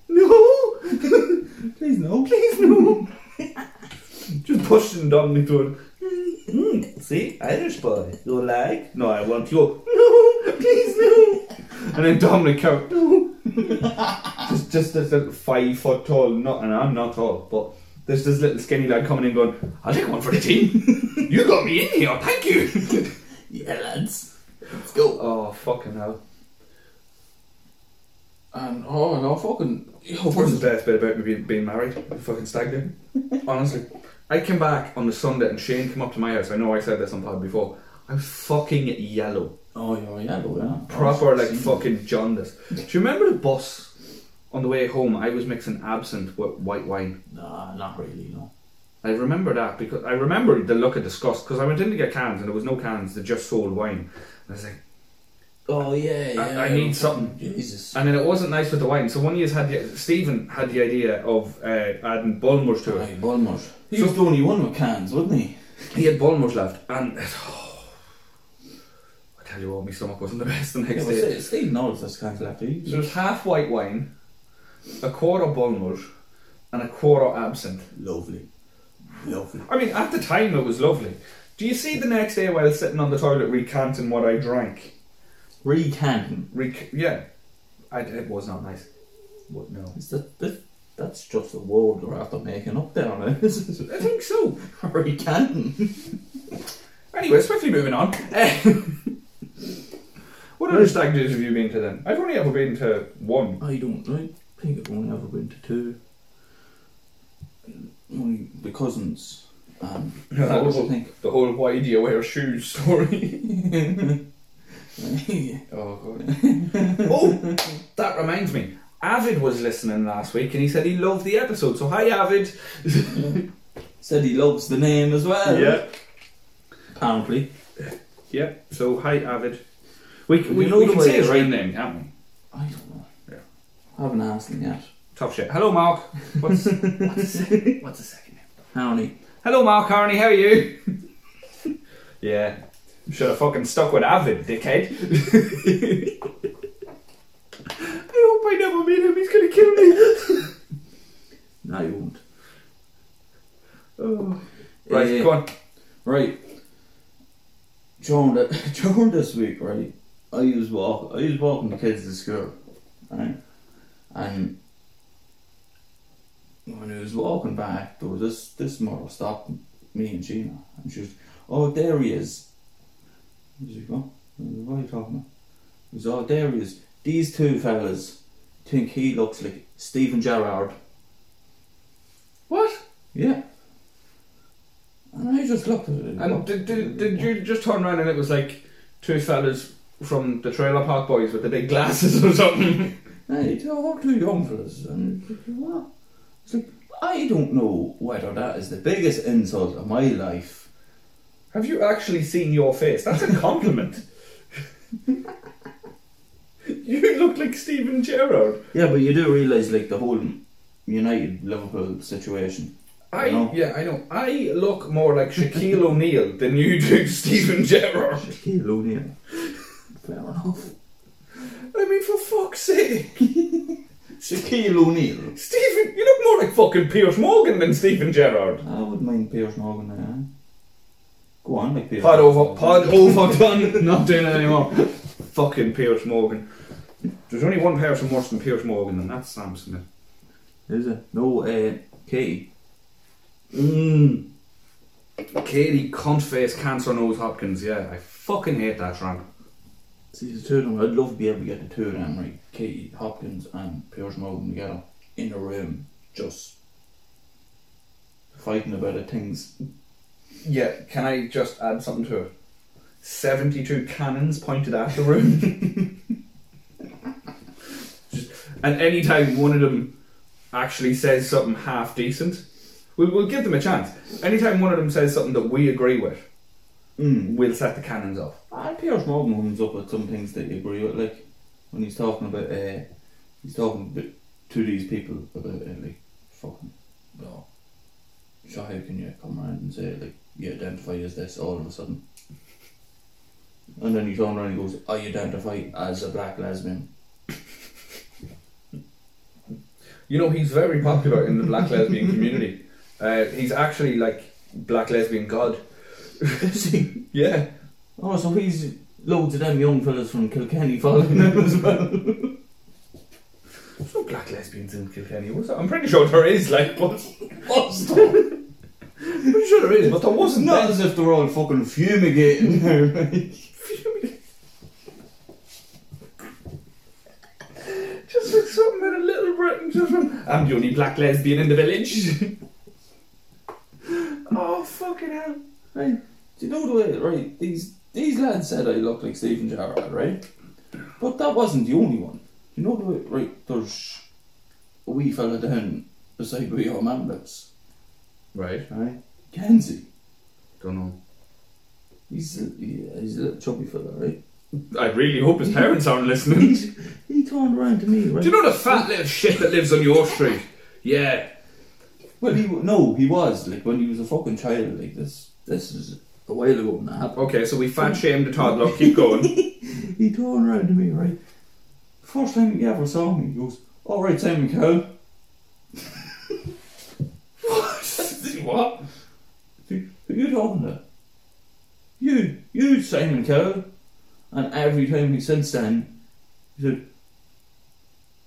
[SPEAKER 3] No
[SPEAKER 2] Please, no.
[SPEAKER 3] Please no Just pushing down me through
[SPEAKER 2] Mm, See, Irish boy. You like? No, I want
[SPEAKER 3] go, no, please no. And then Dominic Carr, no. just just this little five foot tall, not and I'm not tall, but there's this little skinny lad coming in going, I'll take one for the team. you got me in here, thank you.
[SPEAKER 2] Yeah, lads. Let's go.
[SPEAKER 3] oh, fucking hell.
[SPEAKER 2] And, oh, no, fucking. Yo,
[SPEAKER 3] What's the best bit about me being, being married? Fucking stag do. Honestly. I came back on the Sunday and Shane came up to my house. I know I said this on pod before. I was fucking yellow.
[SPEAKER 2] Oh, you're yellow, yeah.
[SPEAKER 3] proper like fucking jaundice. Do you remember the bus on the way home? I was mixing absinthe with white wine.
[SPEAKER 2] Nah, not really, no.
[SPEAKER 3] I remember that because I remember the look of disgust because I went in to get cans and there was no cans. They just sold wine. And I was like,
[SPEAKER 2] Oh, yeah, yeah.
[SPEAKER 3] I- I need something.
[SPEAKER 2] Jesus.
[SPEAKER 3] and then it wasn't nice with the wine. So one year's had the, Stephen had the idea of uh, adding Bulmers to it.
[SPEAKER 2] Aye, Bulmers. He
[SPEAKER 3] So-
[SPEAKER 2] was the only one with cans, wasn't he?
[SPEAKER 3] He had Bulmers left, and I tell you what, my stomach wasn't the best the
[SPEAKER 2] Yeah,
[SPEAKER 3] next
[SPEAKER 2] but
[SPEAKER 3] day.
[SPEAKER 2] Steve- Steve knows this cans left. He
[SPEAKER 3] So there's half white wine, a quarter Bulmers, and a quarter absinthe.
[SPEAKER 2] lovely, lovely.
[SPEAKER 3] I mean, at the time it was lovely. Do you see the next day while sitting on the toilet recanting what I drank?
[SPEAKER 2] Recanting.
[SPEAKER 3] Rec- yeah, I, it was not nice. What, no.
[SPEAKER 2] Is that, that that's just a word they're after making up there now.
[SPEAKER 3] I think so.
[SPEAKER 2] Recanting.
[SPEAKER 3] Anyway, swiftly moving on. Eh, what other stag do's have you been to then? I've only ever been to one.
[SPEAKER 2] I don't know. I think I've only ever been to two. Only the cousins. Um,
[SPEAKER 3] No, that was-
[SPEAKER 2] I think.
[SPEAKER 3] The whole why do you wear shoes story.
[SPEAKER 2] yeah.
[SPEAKER 3] Oh god. oh, that reminds me. Avid was listening last week and he said he loved the episode. So hi, Avid.
[SPEAKER 2] Said he loves the name as well. Apparently.
[SPEAKER 3] Yep. So hi, Avid. We
[SPEAKER 2] You
[SPEAKER 3] we,
[SPEAKER 2] know
[SPEAKER 3] we
[SPEAKER 2] the
[SPEAKER 3] can
[SPEAKER 2] way
[SPEAKER 3] say his
[SPEAKER 2] it's
[SPEAKER 3] right
[SPEAKER 2] written.
[SPEAKER 3] name, can't we?
[SPEAKER 2] I don't know.
[SPEAKER 3] Yeah.
[SPEAKER 2] I haven't asked him yet.
[SPEAKER 3] Tough shit. Hello, Mark. What's what's the second, what's the second name?
[SPEAKER 2] Howdy.
[SPEAKER 3] Hello, Mark Carney. How are you? yeah. Should have fucking stuck with Avid, dickhead. I hope I never meet him. He's gonna kill me.
[SPEAKER 2] No, you won't.
[SPEAKER 3] Oh. Right,
[SPEAKER 2] Eh,
[SPEAKER 3] go on.
[SPEAKER 2] Right. During, the, during this week, right, I was walk I was walking the kids to school, right, and when he was walking back, there was this this mother stopped me and Sheena, and she was, "Oh, there he is." I was like, "What? What are you talking about?" He was, "Oh, there he is. These two fellas think he looks like Stephen Gerrard."
[SPEAKER 3] What?
[SPEAKER 2] Yeah. And I just looked at it.
[SPEAKER 3] And did, did, did you just turn around and it was like two fellas from the Trailer Park Boys with the big glasses or something?
[SPEAKER 2] Hey, they're all too young for this. And it's like, what? It's like, I don't know whether that is the biggest insult of my life.
[SPEAKER 3] Have you actually seen your face? That's a compliment. you look like Stephen Gerrard.
[SPEAKER 2] Yeah, but you do realise, like, the whole United Liverpool situation.
[SPEAKER 3] I
[SPEAKER 2] No.
[SPEAKER 3] yeah, I know. I look more like Shaquille O'Neal than you do Stephen Gerrard.
[SPEAKER 2] Shaquille O'Neal. Fair enough.
[SPEAKER 3] I mean, for fuck's sake,
[SPEAKER 2] Shaquille O'Neal.
[SPEAKER 3] Stephen, you look more like fucking Piers Morgan than Stephen Gerrard.
[SPEAKER 2] I wouldn't mind Piers Morgan now. Go on, like Piers
[SPEAKER 3] Pod over,
[SPEAKER 2] Morgan.
[SPEAKER 3] pod over, done. Not doing it anymore. fucking Piers Morgan. There's only one person worse than Piers Morgan, and that's Sam Smith.
[SPEAKER 2] Is it? No, uh, Katie.
[SPEAKER 3] Mmm. Katie cuntface cancer nose Hopkins. Yeah, I fucking hate that shrimp.
[SPEAKER 2] See, the two of them, I'd love to be able to get the two of them, right? Katie Hopkins and Piers Morgan together in a room, just fighting about it, things.
[SPEAKER 3] Yeah, can I just add something to it? 72 cannons pointed at the room. Just- and any time one of them actually says something half decent, we, we'll give them a chance. Anytime one of them says something that we agree with,
[SPEAKER 2] Mm.
[SPEAKER 3] we'll set the cannons off.
[SPEAKER 2] And Piers Morgan comes up with some things that you agree with, like when he's talking about, uh, he's talking about, to these people about, uh, like, fucking, oh, so how can you come around and say, like, you identify as this all of a sudden? And then he turns around and he goes, I identify as a black lesbian.
[SPEAKER 3] You know, he's very popular in the black lesbian community. Uh, he's actually like black lesbian god.
[SPEAKER 2] See,
[SPEAKER 3] Yeah.
[SPEAKER 2] Oh, so he's loads of them young fellas from Kilkenny following him as well.
[SPEAKER 3] There's no black lesbians in Kilkenny, was there? I'm pretty sure there is, like, but.
[SPEAKER 2] Was there?
[SPEAKER 3] Pretty sure there is, but there
[SPEAKER 2] It's
[SPEAKER 3] wasn't.
[SPEAKER 2] not as if they're all fucking fumigating now, right?
[SPEAKER 3] Just like something in a Little Britain. Just from, I'm the only black lesbian in the village. oh fucking hell!
[SPEAKER 2] Right. Do you know the way, right? These these lads said I look like Stephen Gerrard, right? But that wasn't the only one. Do you know the way, right? There's a wee fella down beside where your man lives,
[SPEAKER 3] Right.
[SPEAKER 2] right? Kenzie.
[SPEAKER 3] Don't know.
[SPEAKER 2] He's a, he- he's a little chubby fella, right?
[SPEAKER 3] I really hope his parents aren't listening.
[SPEAKER 2] He turned around to me, right?
[SPEAKER 3] Do you know the fat little shit that lives on your street? Yeah.
[SPEAKER 2] Well, he w- no, he was like when he was a fucking child. Like this, this is a while ago when that happened.
[SPEAKER 3] Okay, so we fat shamed the toddler. Keep going.
[SPEAKER 2] He turned around to me, right? First time he ever saw me, he goes, "All right, Simon Cowell."
[SPEAKER 3] what?
[SPEAKER 2] Who who you talking to? You, you, Simon Cowell. And every time he since then, he said,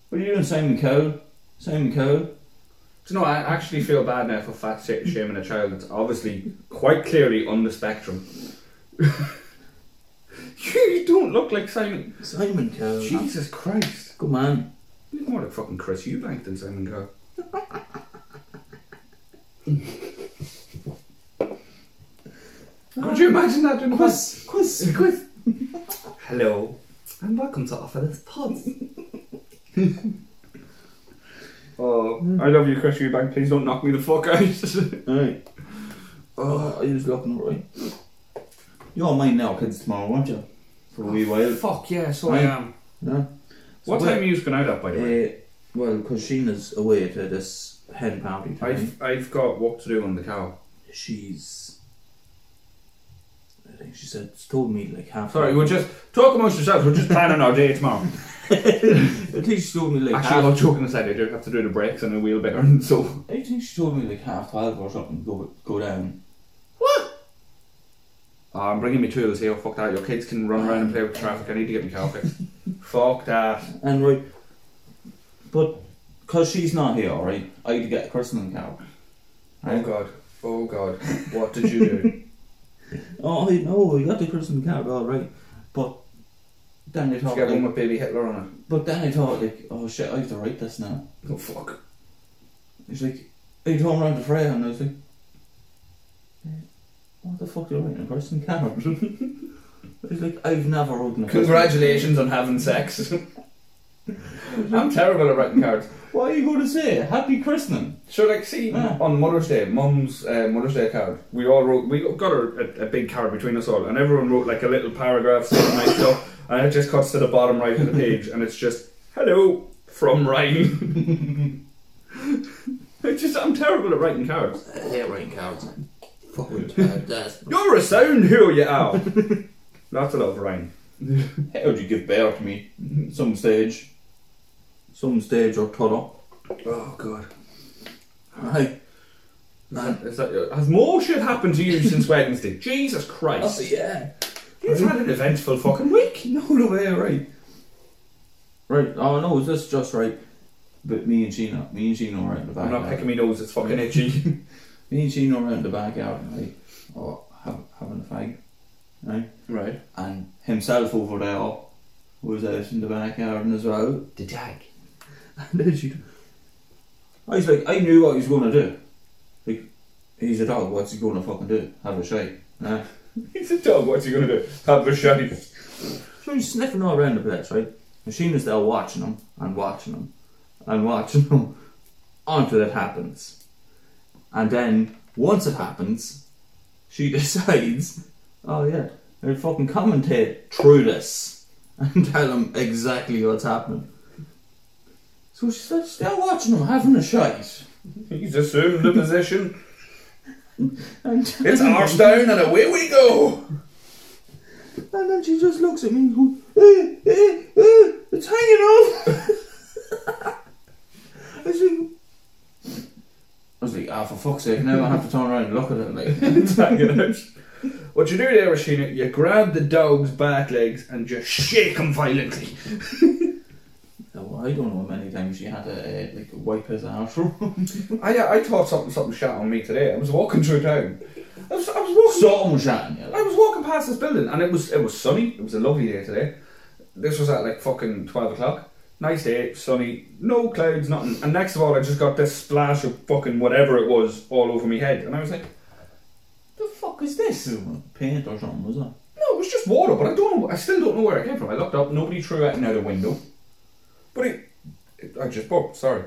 [SPEAKER 2] "What are you doing, Simon Cowell? Simon Cowell?"
[SPEAKER 3] Do you know, I actually feel bad now for fat sh- shaming a child that's obviously quite clearly on the spectrum. you don't look like Simon.
[SPEAKER 2] Simon Cowell.
[SPEAKER 3] Jesus Christ.
[SPEAKER 2] Come on.
[SPEAKER 3] You look more like fucking Chris Eubank than Simon Cowell. Could you imagine that doing
[SPEAKER 2] Quiz, quiz, quiz.
[SPEAKER 3] Hello. And welcome to Offerless Pods. oh, I love you, Chris Eubank. Please don't knock me the fuck out.
[SPEAKER 2] All right. Oh, I was looking right. You're mine now, kids, tomorrow, aren't you? For a wee while.
[SPEAKER 3] fuck yeah, so
[SPEAKER 2] I
[SPEAKER 3] am.
[SPEAKER 2] No.
[SPEAKER 3] What time are you going out at, by the way?
[SPEAKER 2] Uh, well, because Sheena's away to this hen party time.
[SPEAKER 3] I've, I've got work to do on the cow.
[SPEAKER 2] She's. I think she said she told me like half.
[SPEAKER 3] Sorry, we're just talk amongst yourselves. We're just planning our day tomorrow.
[SPEAKER 2] I think she told me like
[SPEAKER 3] Actually,
[SPEAKER 2] half.
[SPEAKER 3] I'm joking aside. I do have to do the brakes and the wheel better, and so
[SPEAKER 2] I think she told me like half twelve or something. Go go down.
[SPEAKER 3] Oh, I'm bringing me tools here. Fuck that. Your kids can run around and play with traffic. I need to get my car fixed. Fuck that.
[SPEAKER 2] And right, but because she's not here, right? I had to get a christening card.
[SPEAKER 3] Oh god. Oh god. What did you do?
[SPEAKER 2] Oh, I know, I got the christening card, all right. But then they
[SPEAKER 3] Did you
[SPEAKER 2] thought,
[SPEAKER 3] get one
[SPEAKER 2] like,
[SPEAKER 3] with baby Hitler on it?
[SPEAKER 2] but then I thought, like, oh shit, I have to write this now.
[SPEAKER 3] Oh fuck.
[SPEAKER 2] He's like, are you talking around to Freya? And I was like, "Eh, what the fuck are you writing a christening card? He's like, I've never written a christening
[SPEAKER 3] Congratulations on having sex. I'm terrible at writing cards.
[SPEAKER 2] What are you going to say? Happy christening.
[SPEAKER 3] So, like, see,
[SPEAKER 2] Ah.
[SPEAKER 3] on Mother's Day, Mum's uh, Mother's Day card, we all wrote, we got her a, a big card between us all, and everyone wrote like a little paragraph, sort of nice stuff, and it just cuts to the bottom right of the page, and it's just, hello, from Ryan. it's just, I'm terrible at writing cards.
[SPEAKER 2] I hate writing cards. Fucking that's
[SPEAKER 3] You're a sound who you are. Lots of love, Ryan.
[SPEAKER 2] How would you give birth to me? Some stage. Some stage or toddle.
[SPEAKER 3] Oh, God.
[SPEAKER 2] Right.
[SPEAKER 3] Man, is that your, has more shit happened to you since Wednesday? Jesus Christ.
[SPEAKER 2] Oh, yeah.
[SPEAKER 3] You've had an eventful fucking week.
[SPEAKER 2] No, no way, right. Right, oh no, is this just right? But me and Sheena, me and Sheena were out in the
[SPEAKER 3] I'm
[SPEAKER 2] backyard.
[SPEAKER 3] not picking me nose, it's fucking itchy.
[SPEAKER 2] Me and Sheena were out in the backyard, right? Or have, having a fag, right?
[SPEAKER 1] Right.
[SPEAKER 2] And himself over there was out in the backyard as well.
[SPEAKER 1] The jag.
[SPEAKER 2] And then she, I was like, I knew what he was going to do. Like, he's a dog. What's he going to fucking do? Have a shake? Nah.
[SPEAKER 3] He's a dog, what's he gonna do? Have a shite.
[SPEAKER 2] So he's sniffing all around the place, right? And Sheena's there watching him and watching him and watching him until it happens. And then once it happens, she decides, oh yeah, I'll fucking commentate through this and tell him exactly what's happening. So she starts there watching him having a shite.
[SPEAKER 3] He's assumed the position.
[SPEAKER 2] And
[SPEAKER 3] It's arse down and away we go.
[SPEAKER 2] And then she just looks at me and goes, eh, eh, eh, it's hanging off. I was like, I was like, ah, for fuck's sake, now I have to turn around and look at it. Like,
[SPEAKER 3] It's hanging out. What you do there, Rashina, you grab the dog's back legs and just shake him violently.
[SPEAKER 2] well, "Oh, I don't know how many times she had to uh, like wipe his arse from.
[SPEAKER 3] I, I thought something something shot on me today. I was walking through town. I was, I was walking
[SPEAKER 2] Something shouting, you
[SPEAKER 3] I was walking past this building and it was it was sunny. It was a lovely day today. This was at like fucking twelve o'clock. Nice day, sunny, no clouds, nothing. And next of all, I just got this splash of fucking whatever it was all over me head, and I was like, "The fuck is this?"
[SPEAKER 2] Paint or something, was it?
[SPEAKER 3] No, it was just water, but I don't know. I still don't know where it came from. I looked up. Nobody threw it out a window, but it, it I just burped. Sorry.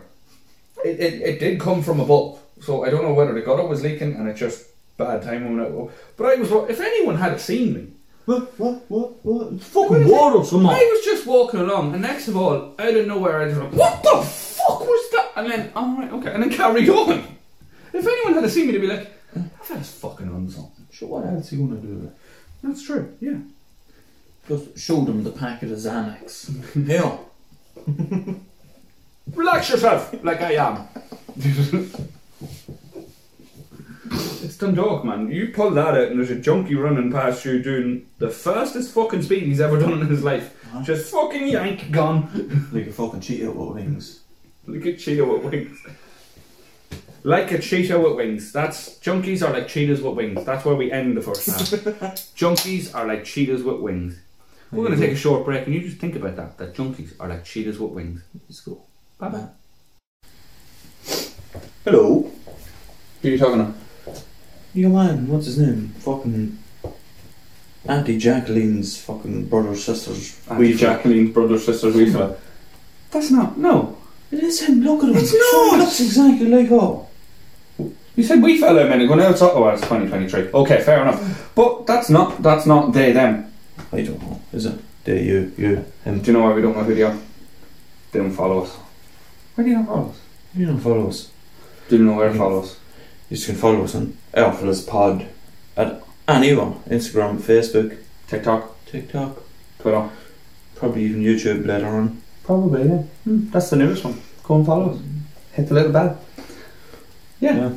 [SPEAKER 3] It, it it did come from above, so I don't know whether the gutter was leaking and it just bad time when it. But I was if anyone had seen me,
[SPEAKER 2] What, what, what, what? It's
[SPEAKER 3] What
[SPEAKER 2] fucking
[SPEAKER 3] is it?
[SPEAKER 2] water, come on.
[SPEAKER 3] I was just walking along, and next of all, out of nowhere, I just went, "What the fuck was that?" And then, all right, okay, and then carried on. If anyone had seen me, they'd be like, "That fella's fucking on something."
[SPEAKER 2] Sure, what else are you going to do with it?
[SPEAKER 3] That's true. Yeah.
[SPEAKER 2] Just showed him the packet of Xanax. Here.
[SPEAKER 3] Relax yourself, like I am. it's Dundalk, man. You pull that out, and there's a junkie running past you doing the fastest fucking speed he's ever done in his life. Just fucking yank, gone.
[SPEAKER 2] Like a fucking cheetah with wings.
[SPEAKER 3] Like a cheetah with wings. Like a cheetah with wings. That's junkies are like cheetahs with wings. That's where we end the first half.
[SPEAKER 2] Ah.
[SPEAKER 3] junkies are like cheetahs with wings. We're going to take a short break, and you just think about that. That junkies are like cheetahs with wings.
[SPEAKER 2] Let's go.
[SPEAKER 3] Bye bye.
[SPEAKER 2] Hello.
[SPEAKER 3] Who are you talking to?
[SPEAKER 2] Your man, what's his name? Fucking Auntie Jacqueline's fucking brother, sisters.
[SPEAKER 3] We Jacqueline's brothers, sisters, we fella. That's not. No.
[SPEAKER 2] It is him. Look at him.
[SPEAKER 3] It's
[SPEAKER 2] He
[SPEAKER 3] not!
[SPEAKER 2] looks exactly like her.
[SPEAKER 3] You said we fella a minute ago. Now it's oh, well, it's 2023. Okay, fair enough. But that's not. That's not they them.
[SPEAKER 2] I don't know. Is it? There you, you, him.
[SPEAKER 3] Do you know why we don't know who they are? They don't follow us. Why do you not follow us?
[SPEAKER 2] You don't follow us.
[SPEAKER 3] Do you know where to follow us?
[SPEAKER 2] You can follow us on Airfulness Pod at anyone Instagram, Facebook,
[SPEAKER 3] TikTok,
[SPEAKER 2] TikTok,
[SPEAKER 3] Twitter.
[SPEAKER 2] probably even YouTube later on.
[SPEAKER 3] Probably, yeah. Hmm, That's the newest one. Go and follow us. Hit the little bell. Yeah.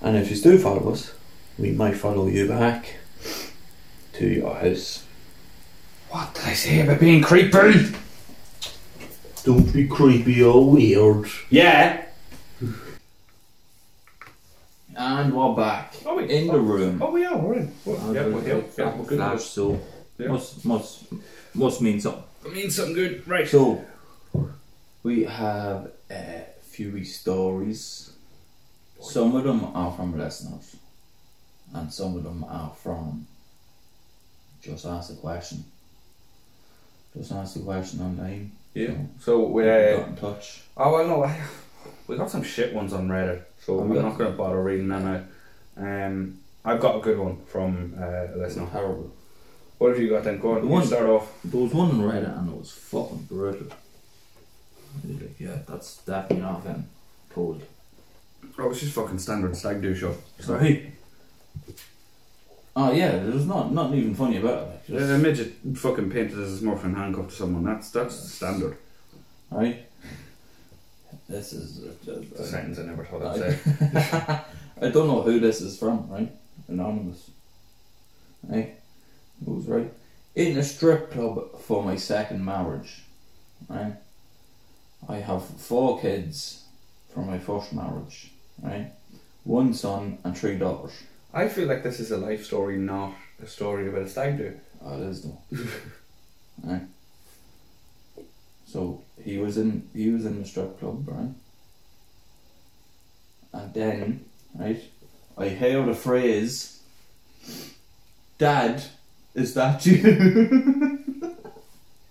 [SPEAKER 2] And if you do follow us, we might follow you back to your house.
[SPEAKER 3] What did I say about being creepy?
[SPEAKER 4] Don't be creepy or weird.
[SPEAKER 3] Yeah.
[SPEAKER 2] And we're back
[SPEAKER 3] Oh, wait.
[SPEAKER 2] in the room.
[SPEAKER 3] Oh, we are. We're in. Well, yeah, we're here. Yeah, we're good.
[SPEAKER 2] flash, so
[SPEAKER 3] Yeah.
[SPEAKER 2] must must must mean something.
[SPEAKER 3] It means something good, right?
[SPEAKER 2] So we have a few stories. Some of them are from listeners, and some of them are from just ask a question. Just ask a question online.
[SPEAKER 3] yeah. So we.
[SPEAKER 2] People
[SPEAKER 3] Uh,
[SPEAKER 2] got in touch.
[SPEAKER 3] oh well, no. I, we got some shit ones on Reddit, so I'm
[SPEAKER 2] Okay.
[SPEAKER 3] not going to bother reading them out. Um, I've got a good one from uh, a listener.
[SPEAKER 2] Terrible.
[SPEAKER 3] What have you got then? Go
[SPEAKER 2] The
[SPEAKER 3] on.
[SPEAKER 2] one-
[SPEAKER 3] You start off.
[SPEAKER 2] There was one on Reddit and it was fucking brutal. I was like, yeah, that's definitely not him. Told.
[SPEAKER 3] Oh, it's just fucking standard stag do show.
[SPEAKER 2] Sorry. Oh yeah, there's not nothing even funny about it. Just,
[SPEAKER 3] A midget fucking painted as a smurf and handcuffed to someone. That's that's standard.
[SPEAKER 2] Right? This is. Uh, uh,
[SPEAKER 3] I never thought
[SPEAKER 2] I'd say. I don't know who this is from, right? Anonymous. Right? Who's right? In a strip club for my second marriage, right? I have four kids from my first marriage, right? One son and three daughters.
[SPEAKER 3] I feel like this is a life story, not a story about a stag do.
[SPEAKER 2] Oh, it is though. right. So he was in he was in the strip club, right? And then, right, I heard a phrase Dad, is that you?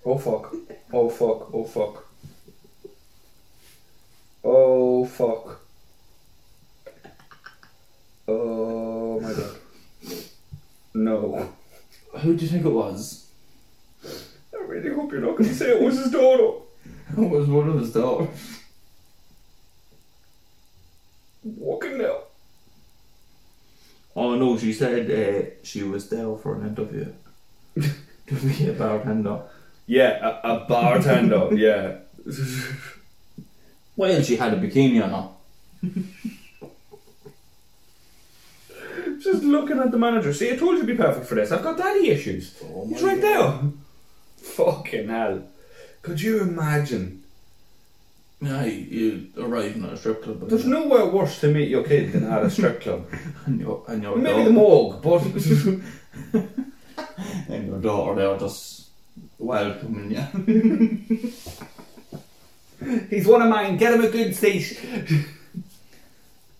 [SPEAKER 3] Oh fuck. Oh fuck. Oh fuck. Oh fuck. Oh my god. No.
[SPEAKER 2] Who do you think it was?
[SPEAKER 3] I really hope you're not going to say it was his daughter.
[SPEAKER 2] It was one of his daughters.
[SPEAKER 3] Walking now.
[SPEAKER 2] Oh no, she said uh, she was there for an interview. to be a bartender.
[SPEAKER 3] Yeah, a, a bartender. yeah.
[SPEAKER 2] Well, she had a bikini on her.
[SPEAKER 3] Just looking at the manager. See, I told you to be perfect for this. I've got daddy issues.
[SPEAKER 2] Oh
[SPEAKER 3] He's
[SPEAKER 2] my
[SPEAKER 3] right there.
[SPEAKER 2] God.
[SPEAKER 3] Fucking hell. Could you imagine?
[SPEAKER 2] Yeah, you you arriving at a strip club.
[SPEAKER 3] There's nowhere worse to meet your kid than at a strip club.
[SPEAKER 2] and your and your
[SPEAKER 3] Maybe the morgue,
[SPEAKER 2] daughter,
[SPEAKER 3] but
[SPEAKER 2] and your daughter they are just welcoming you.
[SPEAKER 3] he's one of mine. Get him a good seat.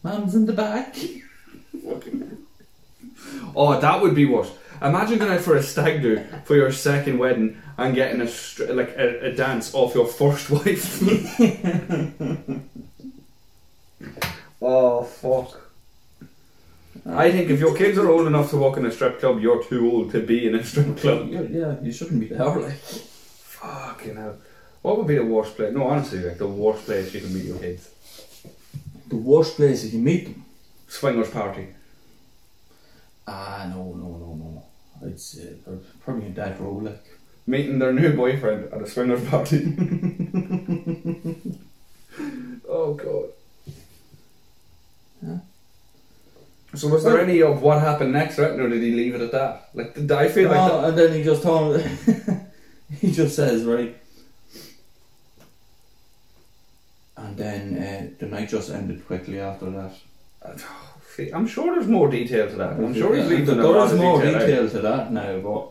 [SPEAKER 2] Mum's in the back.
[SPEAKER 3] Oh, that would be worse. Imagine going out for a stag do for your second wedding and getting a str- like a, a dance off your first wife. oh fuck! I think if your kids are old enough to walk in a strip club, you're too old to be in a strip club.
[SPEAKER 2] Yeah, yeah, you shouldn't be there. Like,
[SPEAKER 3] Fucking hell! What would be the worst place? No, honestly, like the worst place you can meet your kids.
[SPEAKER 2] the worst place if you meet them.
[SPEAKER 3] Swingers party.
[SPEAKER 2] Ah, no, no, no, no. I'd say prob- probably a dead row. Like,
[SPEAKER 3] meeting their new boyfriend at a swingers party. oh god.
[SPEAKER 2] Yeah.
[SPEAKER 3] So was there any of what happened next, right? Or did he leave it at that? Like, did I feel like
[SPEAKER 2] No,
[SPEAKER 3] that?
[SPEAKER 2] Ah, and then he just told he just says right. And then uh, the night just ended quickly after that.
[SPEAKER 3] See, I'm sure there's more detail to that. I'm sure he's
[SPEAKER 2] Yeah,
[SPEAKER 3] leaving a
[SPEAKER 2] There
[SPEAKER 3] lot
[SPEAKER 2] is
[SPEAKER 3] of
[SPEAKER 2] more
[SPEAKER 3] detail. out.
[SPEAKER 2] detail to that now, but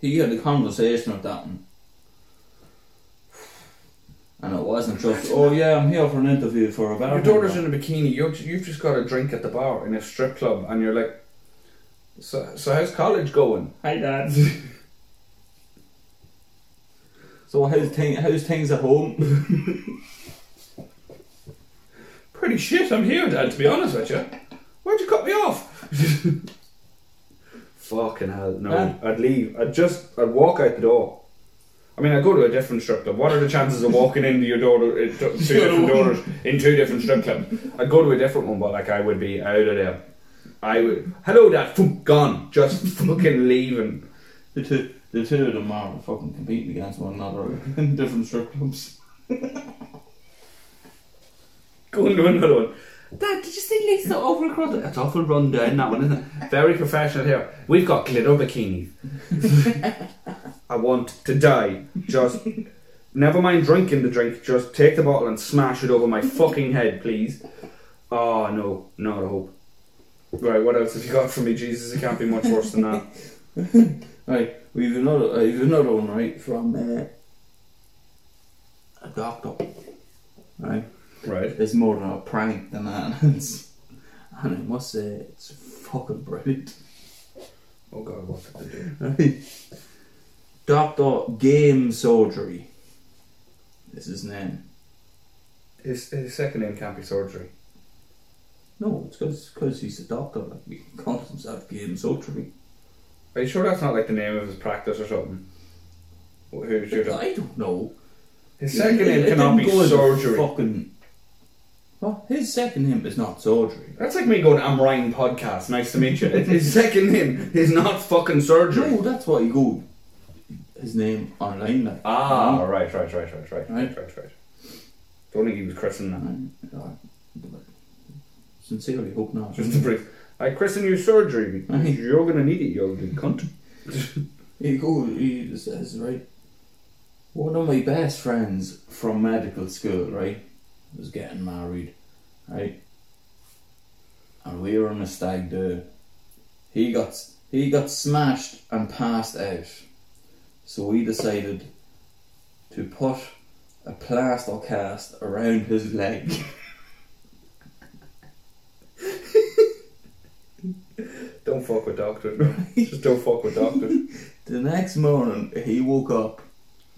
[SPEAKER 2] he had a conversation of that one. And it wasn't just, oh yeah, I'm here for an interview for a
[SPEAKER 3] Your
[SPEAKER 2] bartender.
[SPEAKER 3] daughter's in a bikini. You're, you've just got a drink at the bar in a strip club, and you're like, "So, so how's college going?"
[SPEAKER 2] Hi, Dad. so how's, thing, how's things at home?
[SPEAKER 3] Pretty shit, I'm here, Dad, to be honest with you. Why'd you cut me off? Fucking hell, no.
[SPEAKER 2] Huh?
[SPEAKER 3] I'd leave. I'd just, I'd walk out the door. I mean, I'd go to a different strip club. What are the chances of walking into your daughter, in two different daughters, in two different strip clubs? I'd go to a different one, but like, I would be out of there. I would, hello, Dad, Phoom, gone. Just fucking leaving.
[SPEAKER 2] the, two, the two of them are fucking competing against one another in different strip clubs.
[SPEAKER 3] Going to another one. Dad, did you see Lisa over across? That's awful run down that one, isn't it? Very professional here. We've got glitter bikinis. I want to die. Just Never mind drinking the drink, just take the bottle and smash it over my fucking head, please. Oh, no, not a hope. Right, what else have you got for me, Jesus? It can't be much worse than that.
[SPEAKER 2] Right, we've another, uh, we've another one, right, from uh, a doctor. Right,
[SPEAKER 3] Right.
[SPEAKER 2] it's more of a prank than that. It's, and I must say, it's fucking brilliant.
[SPEAKER 3] Oh, God, what did I do?
[SPEAKER 2] Right. Doctor Game Surgery. This is his name.
[SPEAKER 3] His, his second name can't be surgery.
[SPEAKER 2] No, it's because he's a doctor. Like, he calls himself Game Surgery.
[SPEAKER 3] Are you sure that's not like the name of his practice or something? Wh- Who's your doc-
[SPEAKER 2] I don't know.
[SPEAKER 3] His second
[SPEAKER 2] It- it
[SPEAKER 3] name cannot
[SPEAKER 2] didn't
[SPEAKER 3] be
[SPEAKER 2] go as a
[SPEAKER 3] surgery.
[SPEAKER 2] Fucking. Well, his second name is not surgery.
[SPEAKER 3] That's like me going, I'm Ryan Podcast, nice to meet you. his second name is not fucking surgery.
[SPEAKER 2] No, that's why he go. His name online. Like,
[SPEAKER 3] Ah,
[SPEAKER 2] you know?
[SPEAKER 3] right, right, right, right, right, right,
[SPEAKER 2] Right.
[SPEAKER 3] right, right. Don't think he was christened that.
[SPEAKER 2] And, uh, Sincerely, hope not.
[SPEAKER 3] Just a brief. I christen you surgery because you're gonna need it, you old cunt.
[SPEAKER 2] He go. He says, right. One of my best friends from medical school, right, was getting married, right, and we were on a stag do. He got he got smashed and passed out, so we decided to put a plaster cast around his leg.
[SPEAKER 3] Don't fuck with doctors, bro. Just don't fuck with doctors.
[SPEAKER 2] The next morning, he woke up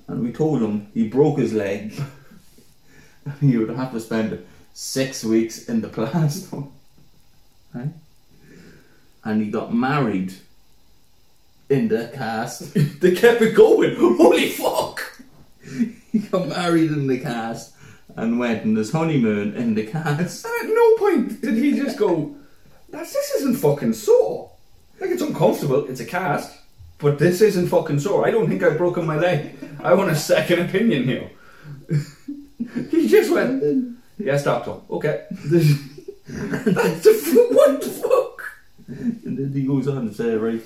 [SPEAKER 2] and we told him he broke his leg and he would have to spend six weeks in the plaster. Right? And he got married in the cast. they kept it going. Holy fuck! He got married in the cast and went on his honeymoon in the cast.
[SPEAKER 3] And at no point did he just go, That's, this isn't fucking sore. Like, it's uncomfortable, it's a cast, but this isn't fucking sore. I don't think I've broken my leg. I want a second opinion here. he just went, Yes, doctor, okay. That's the f- what the fuck?
[SPEAKER 2] And then he goes on to say, right,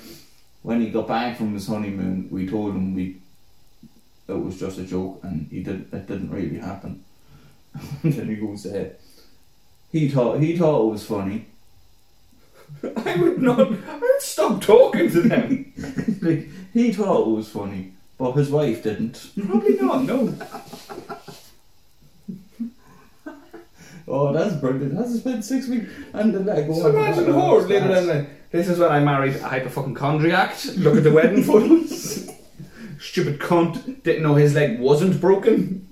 [SPEAKER 2] when he got back from his honeymoon, we told him we it was just a joke and he did it didn't really happen. and then he goes, uh, he thought he thought it was funny.
[SPEAKER 3] I would not, I would stop talking to them.
[SPEAKER 2] like he thought it was funny, but his wife didn't.
[SPEAKER 3] Probably not, no.
[SPEAKER 2] Oh, that's brilliant. That's spent six weeks and the leg.
[SPEAKER 3] So imagine whores later down the This is when I married a hypochondriac. Look at the wedding photos. Stupid cunt. Didn't know his leg wasn't broken.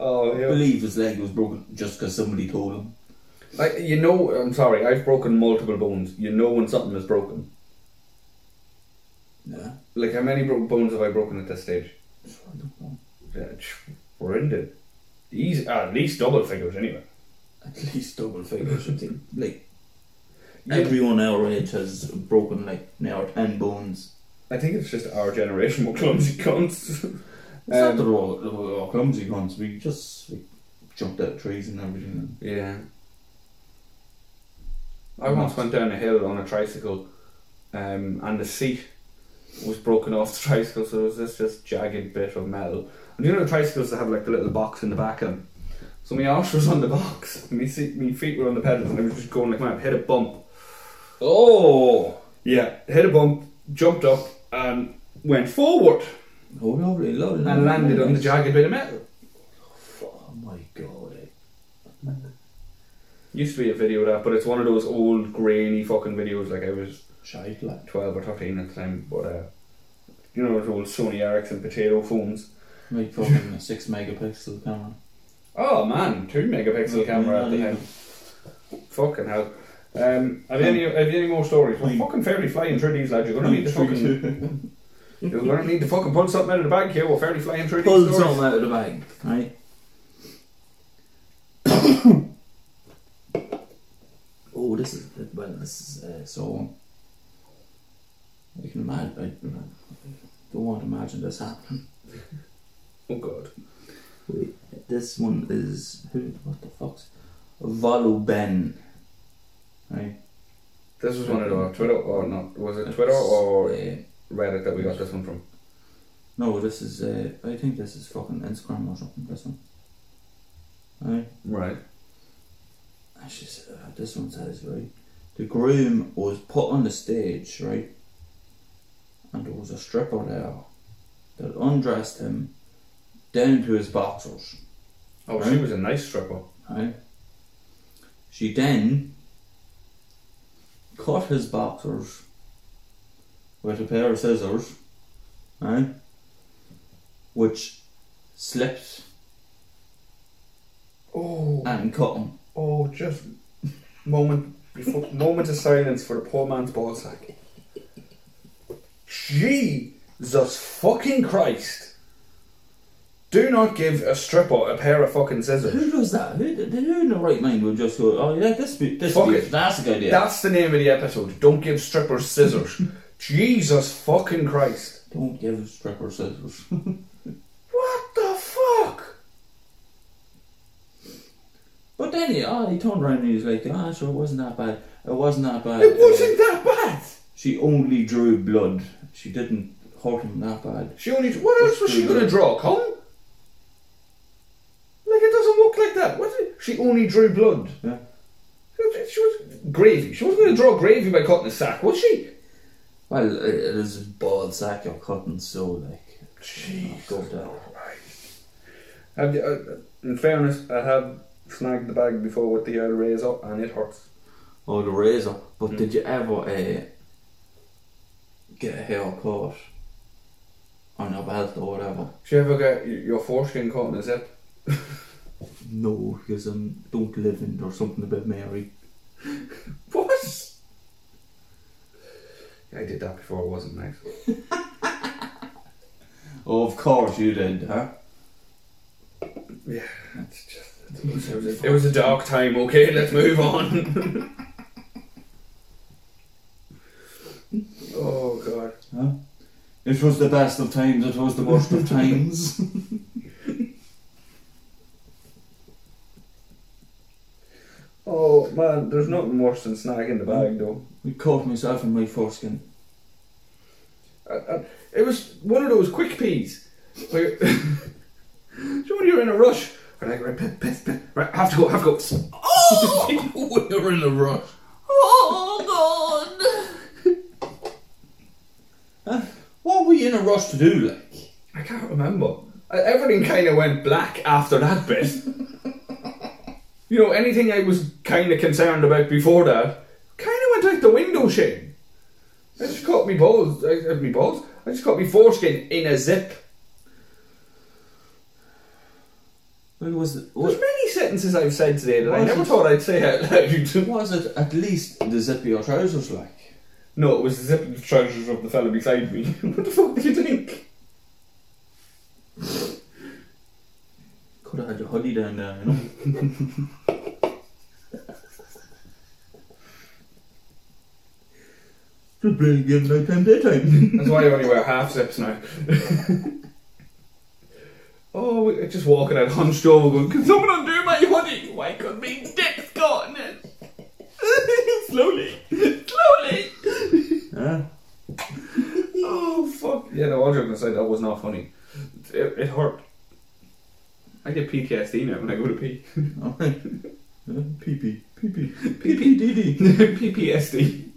[SPEAKER 3] Oh,
[SPEAKER 2] I
[SPEAKER 3] yeah.
[SPEAKER 2] believe his leg was broken just because somebody told him.
[SPEAKER 3] Like, you know, I'm sorry, I've broken multiple bones. You know when something is broken.
[SPEAKER 2] Yeah.
[SPEAKER 3] Like, how many bro- bones have I broken at this stage?
[SPEAKER 2] I don't know.
[SPEAKER 3] Yeah, it's horrendous. These are at least double figures, anyway.
[SPEAKER 2] At least double figures, I think. Like
[SPEAKER 3] Yeah.
[SPEAKER 2] Everyone our age has broken like now ten bones.
[SPEAKER 3] I think it's just our generation were clumsy cunts.
[SPEAKER 2] It's not
[SPEAKER 3] Um,
[SPEAKER 2] that we're all, that we're all clumsy ones. We just we jumped out of trees and everything.
[SPEAKER 3] Yeah. I once went down a hill on a tricycle, um, and the seat was broken off the tricycle, so there was this just jagged bit of metal. And you know the tricycles that have like the little box in the back of them. So my arse was on the box, and my, seat, my feet were on the pedals, and I was just going like mad. Hit a bump.
[SPEAKER 2] Oh,
[SPEAKER 3] Yeah, hit a bump, jumped up, and went forward,
[SPEAKER 2] oh, lovely, lovely,
[SPEAKER 3] and landed on the
[SPEAKER 2] jack.
[SPEAKER 3] jagged bit of metal.
[SPEAKER 2] Oh my god! eh.
[SPEAKER 3] Used to be a video of that, but it's one of those old grainy fucking videos. Like I was
[SPEAKER 2] Shite lad.
[SPEAKER 3] 12 or 13 at the time, but uh, you know those old Sony Ericsson potato phones.
[SPEAKER 2] Made fucking a six megapixel camera.
[SPEAKER 3] Oh man, two megapixel camera at the time. Fucking hell. Um, have you any have you any more stories? We're fucking fairly flying through these lads. You're gonna need to fucking you're gonna need to fucking pull something out of the bag here. We're fairly flying through
[SPEAKER 2] Pull
[SPEAKER 3] these
[SPEAKER 2] something
[SPEAKER 3] stories.
[SPEAKER 2] out of the bag, right? oh, this is well, this is uh, so. I can imagine. I I don't want to imagine this happening.
[SPEAKER 3] Oh god.
[SPEAKER 2] Wait, this one is who? What the fuck's Volo Ben? Right.
[SPEAKER 3] This was one of the Twitter or not was it Twitter or
[SPEAKER 2] Uh,
[SPEAKER 3] Reddit that we got this one from?
[SPEAKER 2] No, this is. Uh, I think this is fucking Instagram or something. This one. Right.
[SPEAKER 1] Right.
[SPEAKER 2] And she said, uh, this one says, right, the groom was put on the stage, right, and there was a stripper there that undressed him down to his boxers,
[SPEAKER 3] Oh,
[SPEAKER 2] Right.
[SPEAKER 3] she was a nice stripper.
[SPEAKER 2] right? She then cut his boxers with a pair of scissors, right, which slipped
[SPEAKER 3] Oh,
[SPEAKER 2] and cut him.
[SPEAKER 3] oh, just moment before, moment of silence for the poor man's ballsack. Jesus fucking Christ! Do not give a stripper a pair of fucking scissors.
[SPEAKER 2] Who does that? Who, who in the right mind would just go, oh yeah, this be, this
[SPEAKER 3] Fuck
[SPEAKER 2] be a
[SPEAKER 3] it.
[SPEAKER 2] fantastic idea.
[SPEAKER 3] That's the name of the episode. Don't give strippers scissors. Jesus fucking Christ!
[SPEAKER 2] Don't give stripper scissors.
[SPEAKER 3] What the fuck?
[SPEAKER 2] but then he, oh, he turned around and he was like, ah, sure, it wasn't that bad. It wasn't that bad.
[SPEAKER 3] It
[SPEAKER 2] Uh,
[SPEAKER 3] wasn't that bad.
[SPEAKER 2] she only drew blood. She didn't hurt him that bad.
[SPEAKER 3] She only. What else was she going to draw? Come. Like it doesn't look like that. What? did- She only drew blood.
[SPEAKER 2] Yeah.
[SPEAKER 3] She was- She was gravy. She wasn't going to draw gravy by cutting a sack, was she?
[SPEAKER 2] Well, it, it is a bald sack you're cutting, so like,
[SPEAKER 3] Jeez.
[SPEAKER 2] go down.
[SPEAKER 3] Have you, uh, in fairness, I have snagged the bag before with the uh, razor, and it hurts.
[SPEAKER 2] Oh, the razor. But did you ever uh, get a haircut on a belt or whatever?
[SPEAKER 3] Did you ever get y- your foreskin caught in a zip?
[SPEAKER 2] No, because I don't live in or something about Mary.
[SPEAKER 3] What? Yeah, I did that before. It wasn't nice.
[SPEAKER 2] Oh, of course you did, huh?
[SPEAKER 3] Yeah, it's just, it, was, it, was a, it was a dark time. Okay, let's move on. oh god,
[SPEAKER 2] Huh? It was the best of times, it was the worst of times.
[SPEAKER 3] oh man, there's nothing worse than snagging the bag though.
[SPEAKER 2] we caught myself in my foreskin.
[SPEAKER 3] I, I, it was one of those quick peas. Where, do you know when you're in a rush? You're like, right, piss, piss, piss. right, I have to go, I have to go.
[SPEAKER 2] Oh! we were in a rush. Oh, God! Huh? what were you in a rush to do, like?
[SPEAKER 3] I can't remember. Uh, Everything kind of went black after that bit. you know, anything I was kind of concerned about before that kind of went out the window, Shane. I just caught me balls. I, uh, me balls. I just caught me foreskin in a zip.
[SPEAKER 2] Well, was it,
[SPEAKER 3] There's
[SPEAKER 2] was,
[SPEAKER 3] many sentences I've said today that I
[SPEAKER 2] Was
[SPEAKER 3] never
[SPEAKER 2] it-
[SPEAKER 3] thought I'd say out loud.
[SPEAKER 2] was it at least the zip of your trousers, like?
[SPEAKER 3] no, it was the zip of the trousers of the fella beside me. what the fuck do you think?
[SPEAKER 2] Could have had your hoodie down there, you know? Just playing games nighttime, daytime.
[SPEAKER 3] That's why you only wear half zips now. oh, we- just walking out hunched over going, Can someone undo my hoodie? Why could me dick's got in it? Slowly. Slowly.
[SPEAKER 2] Huh?
[SPEAKER 3] Oh, fuck. Yeah, no, all joking aside, that was not funny. It, it hurt. I get PTSD now when I go to pee.
[SPEAKER 2] Alright. Pee pee. Pee pee. Pee pee dee dee.
[SPEAKER 3] PTSD.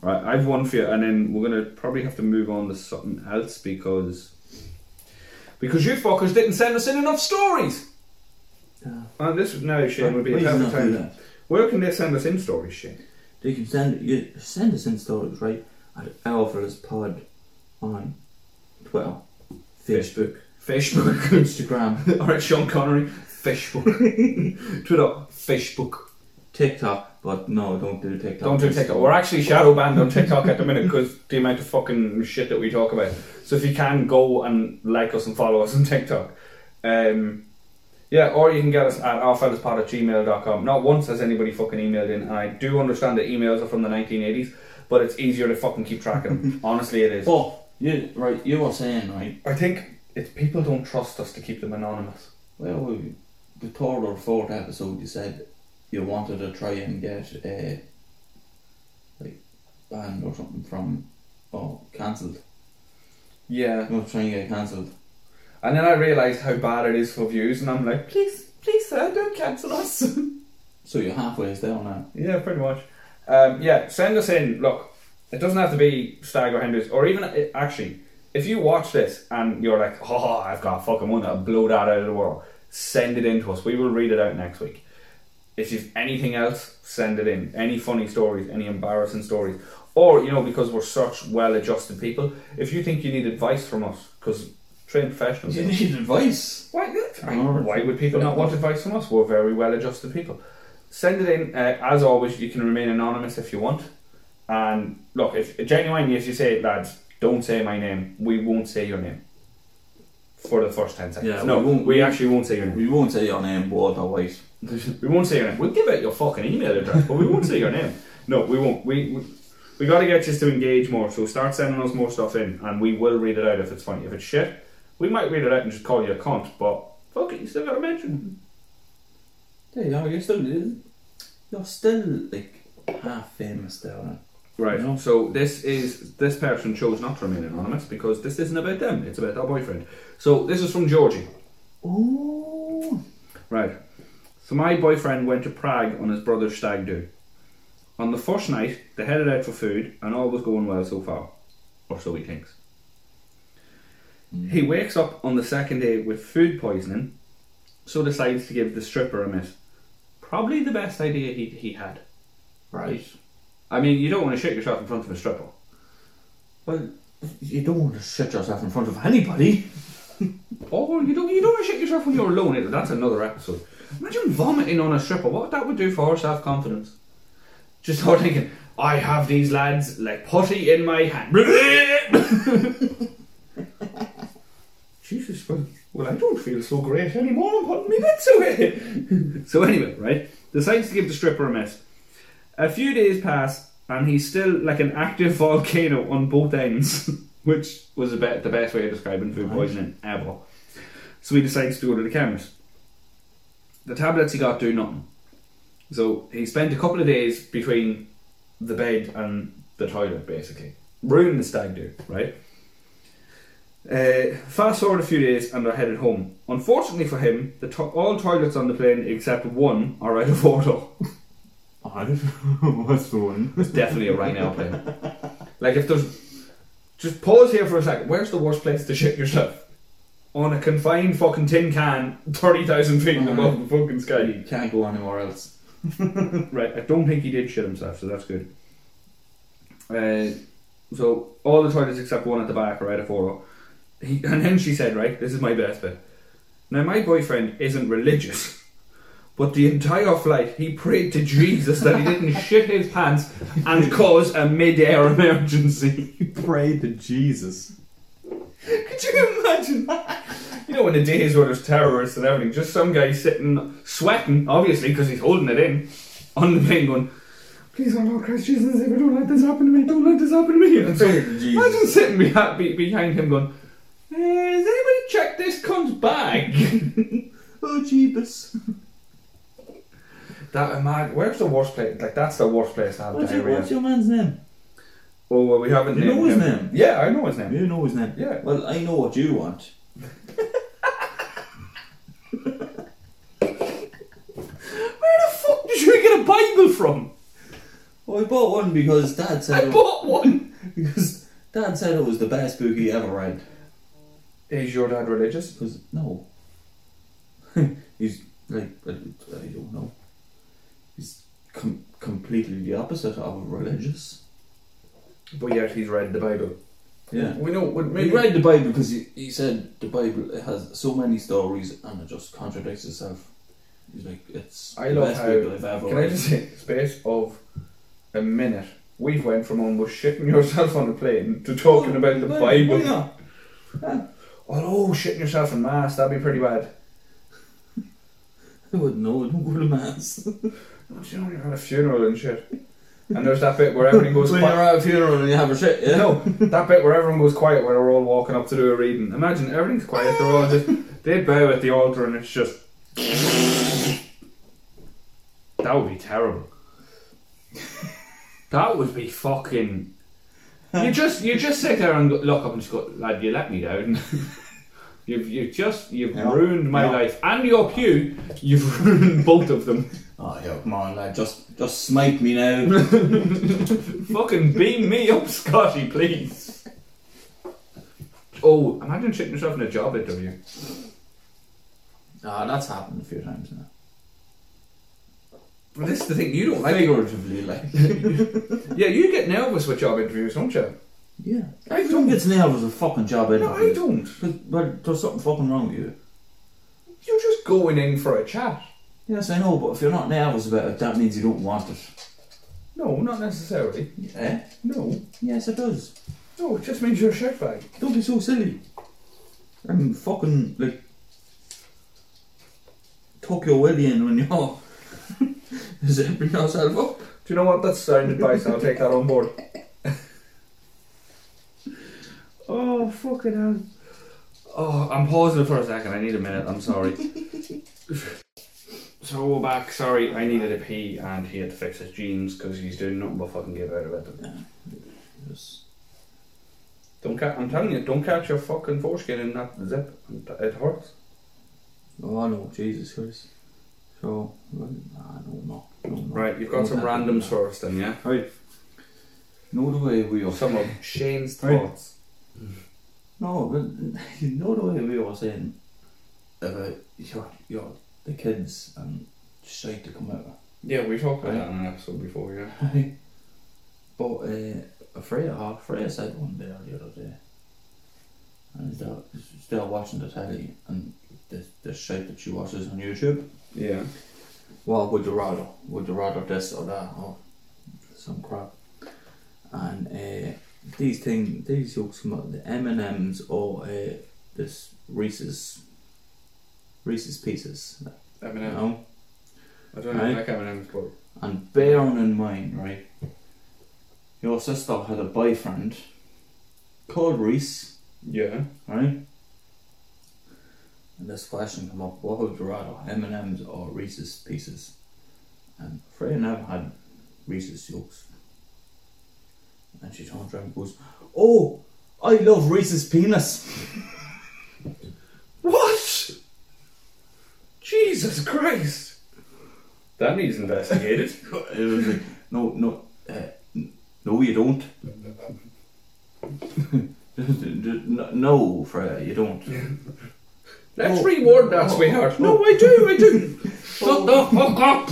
[SPEAKER 3] Right, I've one for you, and then we're gonna probably have to move on to something else because because you fuckers didn't send us in enough stories.
[SPEAKER 2] Yeah.
[SPEAKER 3] And Uh, this now, Shane, would be
[SPEAKER 2] Uh, Please
[SPEAKER 3] a
[SPEAKER 2] not
[SPEAKER 3] perfect
[SPEAKER 2] do
[SPEAKER 3] time.
[SPEAKER 2] that.
[SPEAKER 3] Where can they send us in stories, Shane?
[SPEAKER 2] They can send you send us in stories, right? At Alpha's Pod on Twitter, Facebook,
[SPEAKER 3] Facebook.
[SPEAKER 2] Instagram,
[SPEAKER 3] All right, Sean Connery. Facebook. Twitter. Facebook.
[SPEAKER 2] TikTok. But no, don't do TikTok.
[SPEAKER 3] Don't do TikTok. We're actually shadow banned on TikTok at the minute because the amount of fucking shit that we talk about. So if you can, go and like us and follow us on TikTok. Um, yeah, or you can get us at ourfellaspod at gmail.com. Not once has anybody fucking emailed in, and I do understand that emails are from the 1980s, but it's easier to fucking keep track of them. Honestly, it is.
[SPEAKER 2] Oh, you right? You were saying right?
[SPEAKER 3] I think it's people don't trust us to keep them anonymous.
[SPEAKER 2] Well, we- the third or fourth episode, you said you wanted to try and get a like banned or something from or cancelled.
[SPEAKER 3] Yeah.
[SPEAKER 2] oh, I'm not trying to get cancelled.
[SPEAKER 3] And then I realised how bad it is for views, and I'm like, please, please, sir, don't cancel us.
[SPEAKER 2] So you're halfway down now.
[SPEAKER 3] yeah, pretty much. Um, yeah, send us in. Look, it doesn't have to be Stag or Hendrix, or even i actually, if you watch this and you're like, oh, I've got a fucking one that'll blow that out of the world, send it in to us. We will read it out next week. If you've anything else, send it in. Any funny stories, any embarrassing stories. Or, you know, because we're such well adjusted people, if you think you need advice from us, because trained professionals.
[SPEAKER 2] You need advice.
[SPEAKER 3] Why, why-
[SPEAKER 2] Alright.
[SPEAKER 3] why would people not want advice from us? We're very well adjusted people. Send it in. Uh, as always, you can remain anonymous if you want. And look, if genuinely, if you say, lads, don't say my name, we won't say your name for the first 10 seconds.
[SPEAKER 2] Yeah,
[SPEAKER 3] no,
[SPEAKER 2] we
[SPEAKER 3] we,
[SPEAKER 2] won't-
[SPEAKER 3] actually won't say your name.
[SPEAKER 2] We won't say your name, Ward or White.
[SPEAKER 3] We won't say your name. We'll give out your fucking email address, but we won't say your name. No, we won't. We, we, we got to get you to engage more, so start sending us more stuff in, and we will read it out if it's funny. If it's shit, we might read it out and just call you a cunt, but fuck it, you still got to mention.
[SPEAKER 2] There you are. You're still you're still like half famous down
[SPEAKER 3] Right.
[SPEAKER 2] No.
[SPEAKER 3] So this is this person chose not to remain anonymous because this isn't about them. It's about their boyfriend. So this is from Georgie.
[SPEAKER 2] there. Ooh.
[SPEAKER 3] Right. So my boyfriend went to Prague on his brother's stag do. On the first night, they headed out for food, and all was going well so far, or so he thinks. He wakes up on the second day with food poisoning, so decides to give the stripper a miss. Probably the best idea he, he had.
[SPEAKER 2] Right.
[SPEAKER 3] I mean, you don't want to shit yourself in front of a stripper.
[SPEAKER 2] Well, you don't want to shit yourself in front of anybody.
[SPEAKER 3] Oh, you don't you don't shit yourself when you're alone. Either. That's another episode. Imagine vomiting on a stripper. What that would do for her self confidence. Just start thinking, I have these lads like putty in my hand. Jesus, well, well, I don't feel so great anymore. I'm putting my bits away. so anyway, right, decides to give the stripper a miss. A few days pass, and he's still like an active volcano on both ends, which was about the best way of describing food poisoning ever. So he decides to go to the chemist. The tablets he got do nothing. So he spent a couple of days between the bed and the toilet, basically. Ruined the stag do, right? Uh, fast forward a few days and they're headed home. Unfortunately for him, the to- all toilets on the plane except one are out of order.
[SPEAKER 2] I don't know what's the one.
[SPEAKER 3] It's definitely a Rhino plane. Like if there's just pause here for a second. Where's the worst place to shit yourself? On a confined fucking tin can, thirty thousand feet above the fucking sky.
[SPEAKER 2] You can't go anywhere else.
[SPEAKER 3] Right, I don't think he did shit himself, so that's good. Uh, so all the toilets except one at the back are out of oh. order. He, and then she said, "Right, this is my best bit." Now my boyfriend isn't religious, but the entire flight he prayed to Jesus that he didn't shit his pants and cause a mid-air emergency.
[SPEAKER 5] Pray to Jesus.
[SPEAKER 3] Could you imagine that? You know, in the days where there's terrorists and everything, just some guy sitting, sweating, obviously, because he's holding it in, on the plane going, Please, oh Lord Christ Jesus, if you don't let this happen to me, don't let this happen to me. And so, imagine sitting behind, be- behind him going, "Eh, Has anybody checked this cunt's bag?
[SPEAKER 2] Oh, Jeebus.
[SPEAKER 3] that, imag- where's the worst place? Like, that's the worst place to have
[SPEAKER 2] What's your,
[SPEAKER 3] diarrhea.
[SPEAKER 2] what's your man's name?
[SPEAKER 3] Oh, well, we haven't
[SPEAKER 2] You
[SPEAKER 3] named
[SPEAKER 2] know his
[SPEAKER 3] him.
[SPEAKER 2] name?
[SPEAKER 3] Yeah, I know his name.
[SPEAKER 2] You know his name.
[SPEAKER 3] Yeah.
[SPEAKER 2] Well, I know what you want.
[SPEAKER 3] Where the fuck did you get a Bible from?
[SPEAKER 2] Well, I bought one because Dad said
[SPEAKER 3] I
[SPEAKER 2] it,
[SPEAKER 3] bought one.
[SPEAKER 2] because Dad said it was the best book he ever read.
[SPEAKER 3] Is your dad religious?
[SPEAKER 2] Because no, he's like I, I don't know. He's com- completely the opposite of religious.
[SPEAKER 3] But yet he's read the Bible.
[SPEAKER 2] Yeah.
[SPEAKER 3] We know. we-
[SPEAKER 2] He
[SPEAKER 3] Maybe
[SPEAKER 2] read the Bible because he, he said the Bible it has so many stories and it just contradicts itself. He's like, it's
[SPEAKER 3] I
[SPEAKER 2] the
[SPEAKER 3] love
[SPEAKER 2] best
[SPEAKER 3] how-
[SPEAKER 2] Bible I've ever
[SPEAKER 3] Can I
[SPEAKER 2] read.
[SPEAKER 3] just say, space of a minute, we've went from almost shitting yourself on the plane to talking about the Bible.
[SPEAKER 2] Yeah.
[SPEAKER 3] Although shitting yourself in mass, that'd be pretty bad.
[SPEAKER 2] I wouldn't know, I don't go to mass.
[SPEAKER 3] Do you know when you're at a funeral and shit? And there's that bit where everything goes
[SPEAKER 2] when you're
[SPEAKER 3] quiet.
[SPEAKER 2] at a funeral and you have a shit, yeah?
[SPEAKER 3] No, that bit where everyone goes quiet where they're all walking up to do a reading. Imagine everything's quiet, they're all just. They bow at the altar and it's just. That would be terrible. That would be fucking you just you just sit there and look up and just go, lad, you let me down. you've you just you've
[SPEAKER 2] Yeah.
[SPEAKER 3] ruined my
[SPEAKER 2] Yeah.
[SPEAKER 3] life and your pew. You've ruined both of them.
[SPEAKER 2] Oh, yo, come on, lad, just just smite me now.
[SPEAKER 3] Fucking beam me up, Scotty, please. Oh, imagine shitting yourself in a job interview.
[SPEAKER 2] Ah, that's happened a few times now.
[SPEAKER 3] But this is the thing you don't like.
[SPEAKER 2] Figuratively, like.
[SPEAKER 3] Yeah, you get nervous with job interviews, don't you?
[SPEAKER 2] Yeah. Everyone gets nervous with fucking job
[SPEAKER 3] No, I
[SPEAKER 2] interviews.
[SPEAKER 3] don't.
[SPEAKER 2] But, but there's something fucking wrong with you.
[SPEAKER 3] You're just going in for a chat.
[SPEAKER 2] Yes, I know, but if you're not nervous about it, that means you don't want it.
[SPEAKER 3] No, not necessarily.
[SPEAKER 2] Eh?
[SPEAKER 3] No,
[SPEAKER 2] Yes, it does.
[SPEAKER 3] no, it just means you're a shitbag.
[SPEAKER 2] Don't be so silly. I'm fucking like Tokyo Willian when you're zipping yourself up.
[SPEAKER 3] Do you know what? That's sound advice. I'll take that on board. oh fucking hell! Oh, I'm pausing for a second. I need a minute. I'm sorry. so we're back. Sorry, I needed a pee, and he had to fix his jeans because he's doing nothing but fucking give out about them.
[SPEAKER 2] Yes.
[SPEAKER 3] Don't ca- I'm telling you, don't catch your fucking foreskin in that zip. It hurts.
[SPEAKER 2] Oh no, Jesus Christ. So well, nah, no, no, no, no.
[SPEAKER 3] Right, you've got some randoms first, then yeah.
[SPEAKER 5] Right.
[SPEAKER 2] No the way we are.
[SPEAKER 3] Some of Shane's
[SPEAKER 5] Right.
[SPEAKER 3] thoughts.
[SPEAKER 2] No, but you know the way we were saying about your your the kids and shite to come out. of.
[SPEAKER 3] Yeah, we talked about
[SPEAKER 2] Right.
[SPEAKER 3] that in an episode before. Yeah.
[SPEAKER 2] Aye. but uh, Freya, oh, Freya said one day or the other day, and they're, they're watching the telly and the, the shit that she watches on YouTube.
[SPEAKER 3] Yeah.
[SPEAKER 2] Well, would you rather? Would you rather this or that or some crap? And uh, these thing, these yolks come out the M and M's or uh, this Reese's Reese's Pieces. You
[SPEAKER 3] Eminem.
[SPEAKER 2] know?
[SPEAKER 3] I don't
[SPEAKER 2] Right.
[SPEAKER 3] know. Like Eminem's, but
[SPEAKER 2] And bearing in mind, right, your sister had a boyfriend called Reese,
[SPEAKER 3] yeah.
[SPEAKER 2] right? And this question came up: What would you rather, M and M's or Reese's Pieces? And Freya never had Reese's yolks. And she turns around and goes, "Oh, I love Reese's penis."
[SPEAKER 3] What? Jesus Christ! That needs investigated.
[SPEAKER 2] it was like, "No, no, uh, n- no, you don't." no, Freya, you don't.
[SPEAKER 3] Let's
[SPEAKER 2] Oh.
[SPEAKER 3] reward that, sweetheart. No, I do, I do. Shut the fuck up.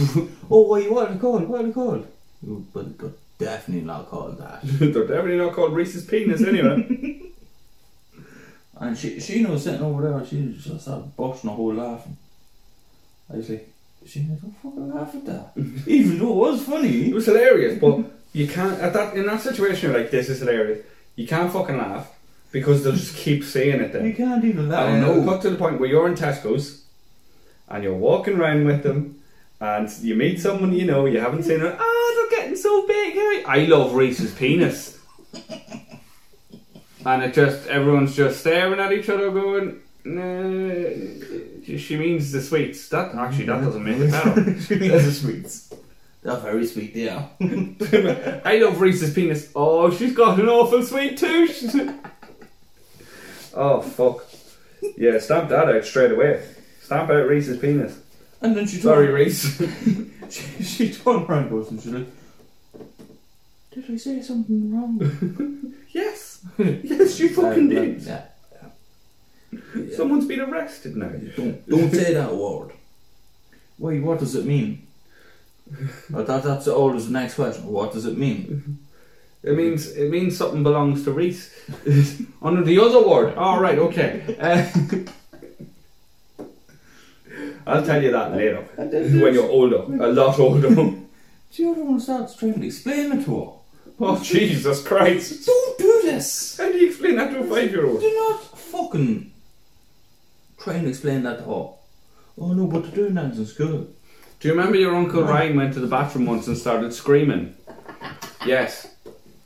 [SPEAKER 2] Oh, what you want to call? What you call? You but got definitely not called that.
[SPEAKER 3] They're definitely not called Reese's penis anyway.
[SPEAKER 2] And she she knows sitting over there. She just started busting a whole laughing. I was like, she never fucking laugh at that, even though it was
[SPEAKER 3] it
[SPEAKER 2] funny.
[SPEAKER 3] was hilarious, but you can't. At that in that situation, you're like, this is hilarious. You can't fucking laugh because they'll just keep saying it. Then
[SPEAKER 2] You can't even laugh.
[SPEAKER 3] And it'll
[SPEAKER 2] no.
[SPEAKER 3] Um, cut to the point where you're in Tesco's and you're walking around with them and you meet someone you know you haven't seen. Ah, oh, they're getting so big. hey." I love Reese's penis. and it just, everyone's just staring at each other going, nah, she means the sweets. That Actually, that doesn't make it better.
[SPEAKER 5] That's the sweets.
[SPEAKER 2] They're very sweet, yeah.
[SPEAKER 3] I love Reese's penis. Oh, she's got an awful sweet tooth. oh, fuck. Yeah, stamp that out straight away. Stamp out Reese's penis.
[SPEAKER 2] And then she
[SPEAKER 3] Sorry,
[SPEAKER 2] turned,
[SPEAKER 3] Reese.
[SPEAKER 2] she, she turned around goes and she's like, "Did I say something wrong?"
[SPEAKER 3] yes. Yes, you fucking
[SPEAKER 2] Uh,
[SPEAKER 3] did.
[SPEAKER 2] Yeah.
[SPEAKER 3] Someone's been arrested now.
[SPEAKER 2] Don't, don't say that word. Wait, what does it mean? But that, that's always the next question. What does it mean?
[SPEAKER 3] It means it means something belongs to Reese. Under the other word. All right. Okay. Uh, I'll tell you that later when you're older, a lot older.
[SPEAKER 2] The other one starts trying to explain it to her.
[SPEAKER 3] oh Jesus Christ!
[SPEAKER 2] Don't do this!
[SPEAKER 3] How do you explain that to a five-year-old?
[SPEAKER 2] Do not fucking try and explain that to her. Oh no, but they're doing that in school.
[SPEAKER 3] Do you remember your uncle Ryan went to the bathroom once and started screaming? Yes.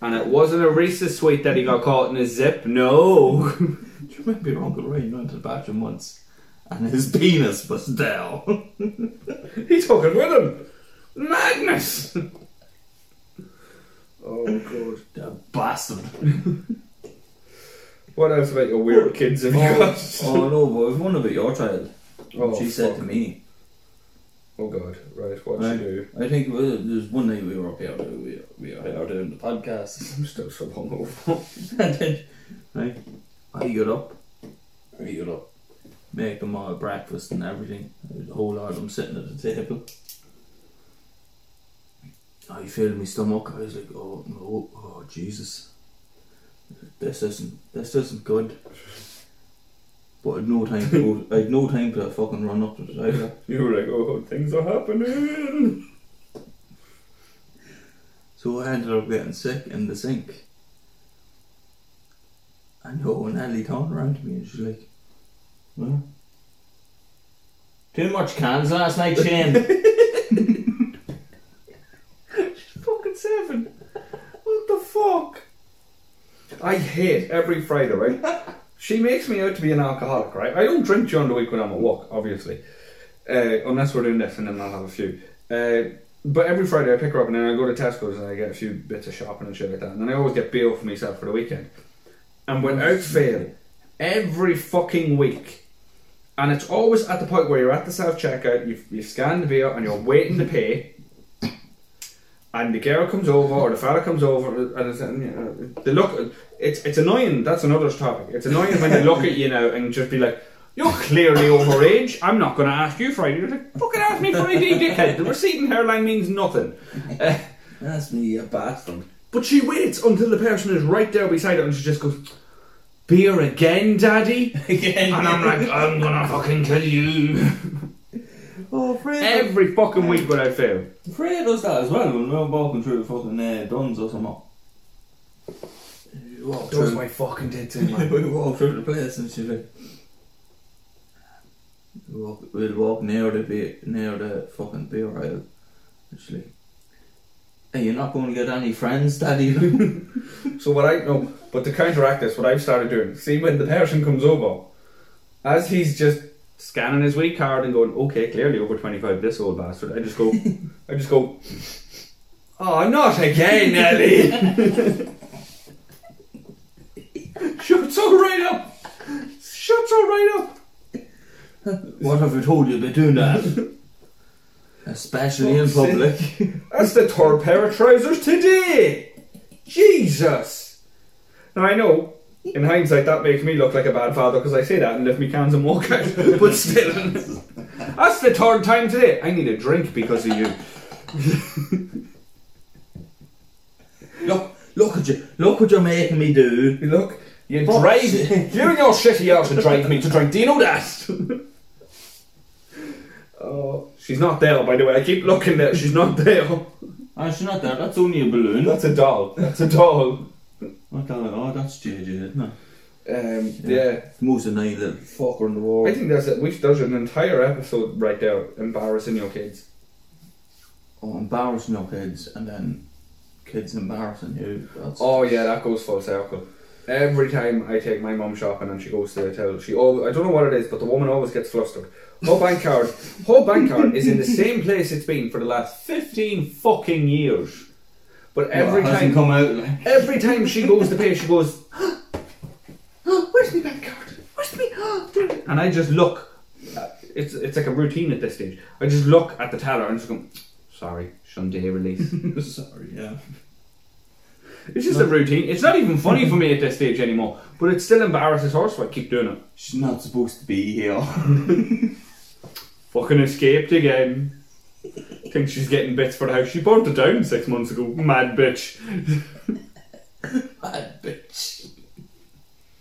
[SPEAKER 3] And it wasn't a Reese's sweet that he got caught in his zip. No.
[SPEAKER 2] Do you remember your Uncle Ray went to the bathroom once and his penis was down?
[SPEAKER 3] He's fucking with him. Madness.
[SPEAKER 1] Oh, God.
[SPEAKER 5] The bastard.
[SPEAKER 3] What else about your weird kids have you
[SPEAKER 2] Oh,
[SPEAKER 3] got?
[SPEAKER 2] oh no, but it was one of it, your child.
[SPEAKER 3] Oh,
[SPEAKER 2] she said to
[SPEAKER 3] fuck.
[SPEAKER 2] me,
[SPEAKER 3] Oh god, right, what'd
[SPEAKER 2] Right.
[SPEAKER 3] she do?
[SPEAKER 2] I think it was, there was one night we were up here, we, we were out doing the er podcast,
[SPEAKER 3] I'm still so hungover.
[SPEAKER 2] and then
[SPEAKER 5] Right.
[SPEAKER 2] I got up, I got up, make them all breakfast and everything. There was a whole lot of them sitting at the table. I filled my stomach. I was like, oh no, oh Jesus, this isn't this isn't good. But I'd no time to go, I'd no time to fucking run up to the toilet.
[SPEAKER 3] you were like, oh, things are happening.
[SPEAKER 2] So I ended up getting sick in the sink. And oh, and Ellie turned around to me and she's like, well, Too much cans last night, Shane.
[SPEAKER 3] Fucking seven. What the fuck? I hate every Friday, right? she makes me out to be an alcoholic, right? I don't drink during the week when I'm at work, obviously. Uh, unless we're doing this and then I'll have a few. Uh, but every Friday I pick her up and then I go to Tesco's and I get a few bits of shopping and shit like that. And then I always get beer for myself for the weekend. And without fail, every fucking week. And it's always at the point where you're at the self checkout, you've, you've scanned the beer and you're waiting to pay. And the girl comes over or the fella comes over and it's, and, you know, they look. It's it's annoying. That's another topic. It's annoying when they look at you now and just be like, "You're clearly overage. I'm not going to ask you for ID." You're like, "Fucking ask me for ID, dickhead." The receding hairline means nothing. Uh,
[SPEAKER 2] That's me, you bastard.
[SPEAKER 3] but she waits until the person is right there beside her and she just goes, "Beer again, daddy."
[SPEAKER 2] Again.
[SPEAKER 3] And I'm like, I'm gonna fucking kill you.
[SPEAKER 2] oh, Fred.
[SPEAKER 3] Every fucking week when I fail.
[SPEAKER 2] Fred does that as well when we're walking through the fucking uh, Duns or something. We walk
[SPEAKER 3] Does
[SPEAKER 2] through-
[SPEAKER 3] my fucking did too,
[SPEAKER 2] we walk through the place and she's like, we walk, we'll walk near the beer, near the fucking beer aisle. And she's like, hey, you're not going to get any friends, Daddy.
[SPEAKER 3] So what I know, but to counteract this, what I've started doing, see when the person comes over, as he's just scanning his wee card and going, okay, clearly over twenty five, this old bastard. I just go, I just go, oh, not again, Ellie. Shuts all right up. Shuts all right up.
[SPEAKER 2] what have we told you about doing that? Especially in public.
[SPEAKER 3] That's the third pair of trousers today. Jesus. Now I know, in hindsight, that makes me look like a bad father because I say that and lift me cans and walk out. But still, that's the third time today. I need a drink because of you.
[SPEAKER 2] Look, look at you. Look what you're making me do.
[SPEAKER 3] Look, you
[SPEAKER 2] Fuck.
[SPEAKER 3] drive you and your shitty arse to drive me to drink. Do you know that? Oh, she's not there. By the way, I keep looking there. She's not there.
[SPEAKER 2] Ah, she's not there. That's only a balloon.
[SPEAKER 3] That's a doll. That's a doll.
[SPEAKER 2] What the hell? Oh, that's JJ, isn't it?
[SPEAKER 3] Um, yeah.
[SPEAKER 2] Most annoying little fucker in the world.
[SPEAKER 3] I think that's it. We there's an entire episode right there embarrassing your kids.
[SPEAKER 2] Oh, embarrassing your kids, and then kids embarrassing you. That's
[SPEAKER 3] Oh yeah, that goes full circle. Every time I take my mum shopping and she goes to the hotel, she always, I don't know what it is, but the woman always gets flustered. Her bank card, her bank card is in the same place it's been for the last fifteen fucking years. But every
[SPEAKER 2] Well,
[SPEAKER 3] time,
[SPEAKER 2] it hasn't come out. Like,
[SPEAKER 3] every time she goes to pay, she goes, "Where's my bank card? Where's my?" And I just look. uh, It's it's like a routine at this stage. I just look at the teller and just go, "Sorry, Sunday release."
[SPEAKER 2] sorry, yeah.
[SPEAKER 3] It's just a routine. It's not even funny for me at this stage anymore, but it still embarrasses her, so I keep doing it.
[SPEAKER 2] She's not supposed to be here.
[SPEAKER 3] Fucking escaped again. Think she's getting bits for the house. She burnt it down six months ago. Mad bitch.
[SPEAKER 2] Bad bitch.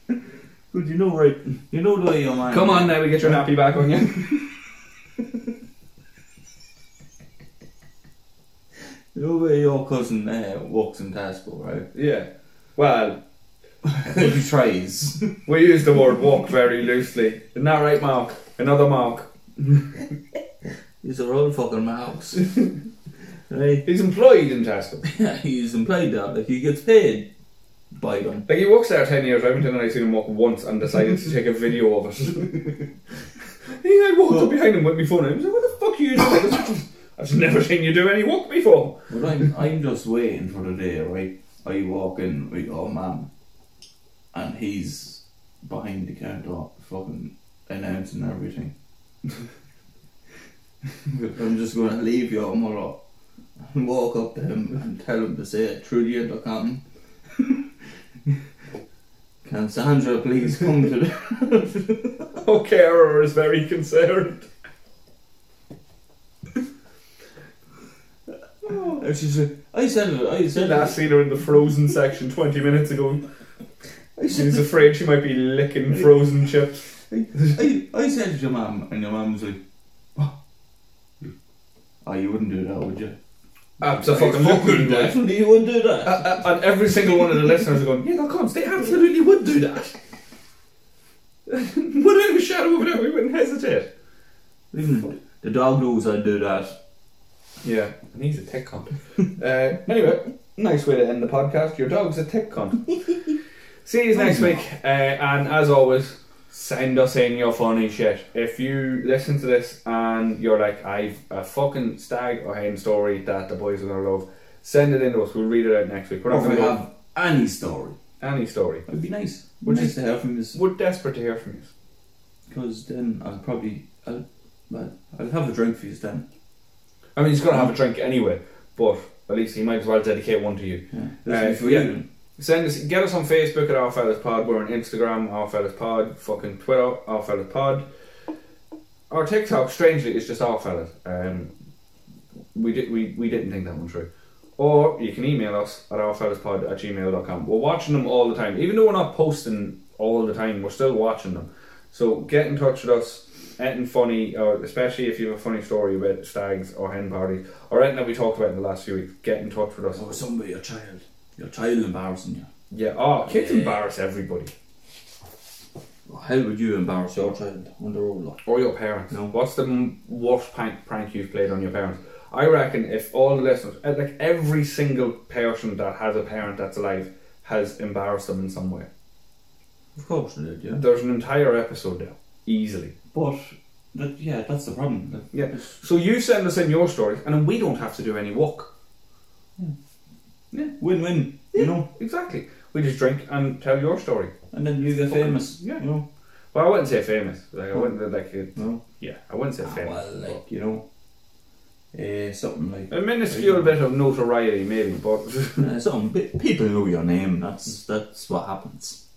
[SPEAKER 2] Good, you know right. You know the way your mind.
[SPEAKER 3] Come on now, we get your nappy back on you.
[SPEAKER 2] You know where your cousin there walks in Tesco, right?
[SPEAKER 3] yeah. Well,
[SPEAKER 2] he tries.
[SPEAKER 3] we use the word walk very loosely. Isn't that right, Mark? Another Mark.
[SPEAKER 2] He's a old fucking mouse. right?
[SPEAKER 3] He's employed in Tesco.
[SPEAKER 2] Yeah, he's employed that. Like he gets paid by them.
[SPEAKER 3] Like, he walks there 10 years. I haven't done I've seen him walk once and decided to take a video of it. he I walked up behind him with my phone and he was like, What the fuck are you doing? I was like, I've never seen you do any work before.
[SPEAKER 2] But I'm, I'm just waiting for the day, right? I walk in, we go, man, and he's behind the counter, fucking announcing everything. I'm just going to leave your mother and walk up to him and tell him to say it through the intercom. Can Sandra please come to the.
[SPEAKER 3] Our carer is very concerned.
[SPEAKER 2] And Oh, she's like, I said it, I said
[SPEAKER 3] Last
[SPEAKER 2] it.
[SPEAKER 3] seen her in the frozen section 20 minutes ago. She's afraid she might be licking frozen chips.
[SPEAKER 2] I, I said to your mum, and your mum was like, oh. oh, you wouldn't do that, would you?
[SPEAKER 3] Absolutely. would.
[SPEAKER 2] Definitely you wouldn't do that.
[SPEAKER 3] Uh, uh, and every single one of the listeners are going, yeah, they're cons. They absolutely would do that. Without a shadow of a doubt, we wouldn't hesitate.
[SPEAKER 2] Even the dog knows I'd do that.
[SPEAKER 3] Yeah, and he's a tech cunt. uh, anyway, nice way to end the podcast. Your dog's a tech cunt. See you next week, uh, and as always, send us in your funny shit. If you listen to this and you're like, I've a fucking stag or hen story that the boys are gonna love, send it in to us. We'll read it out next week. We're not
[SPEAKER 2] Or if
[SPEAKER 3] gonna
[SPEAKER 2] we
[SPEAKER 3] love
[SPEAKER 2] have any story,
[SPEAKER 3] any story.
[SPEAKER 2] it'd be nice.
[SPEAKER 3] Would
[SPEAKER 2] nice to hear from you,
[SPEAKER 3] We're desperate to hear from you.
[SPEAKER 2] because then I'll probably, I'll, well, I'll have a drink for you then.
[SPEAKER 3] I mean, he's gonna have a drink anyway, but at least he might as well dedicate one to you.
[SPEAKER 2] Yeah.
[SPEAKER 3] Uh,
[SPEAKER 2] Listen for
[SPEAKER 3] yeah.
[SPEAKER 2] you.
[SPEAKER 3] Send us, get us on Facebook at Our Fellas Pod. We're on Instagram, Our Fellas Pod. Fucking Twitter, Our Fellas Pod. Our TikTok, strangely, is just Our Fellas. Um, we did, we, we didn't think that one through. Or you can email us at ourfellaspod at gmail.com. We're watching them all the time. Even though we're not posting all the time, we're still watching them. So get in touch with us. Anything funny, or especially if you have a funny story about stags or hen parties, or anything that we talked about in the last few weeks, get in touch with us.
[SPEAKER 2] Or somebody, your child. Your child embarrassing you.
[SPEAKER 3] Yeah, oh, kids
[SPEAKER 2] Yeah.
[SPEAKER 3] embarrass everybody.
[SPEAKER 2] How would you embarrass your child when they're older?
[SPEAKER 3] Or your parents.
[SPEAKER 2] No.
[SPEAKER 3] What's the m- worst prank, prank you've played on your parents? I reckon if all the listeners, eh, like every single person that has a parent that's alive, has embarrassed them in some way.
[SPEAKER 2] Of course they did, yeah.
[SPEAKER 3] There's an entire episode there, easily.
[SPEAKER 2] But, that, yeah, that's the problem. Like,
[SPEAKER 3] Yeah. So you send us in your stories, and then we don't have to do any work.
[SPEAKER 2] Win-win, you know?
[SPEAKER 3] Exactly. We just drink and tell your story.
[SPEAKER 2] And then you get
[SPEAKER 3] Fucking-
[SPEAKER 2] famous,
[SPEAKER 3] yeah.
[SPEAKER 2] you know?
[SPEAKER 3] Well, I wouldn't say famous. Like I wouldn't like. It,
[SPEAKER 2] No.
[SPEAKER 3] yeah, I wouldn't say
[SPEAKER 2] Ah,
[SPEAKER 3] famous. Oh.
[SPEAKER 2] well, like, you know, eh, something like...
[SPEAKER 3] a minuscule bit of notoriety, maybe, but
[SPEAKER 2] Uh, some pe- people know your name. That's that's what happens.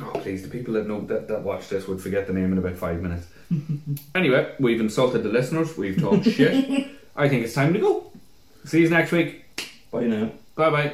[SPEAKER 3] Oh, please, the people that know that, that watch this would forget the name in about five minutes. anyway, we've insulted the listeners, we've talked shit. I think it's time to go. See you next week.
[SPEAKER 2] Bye now.
[SPEAKER 3] Bye bye.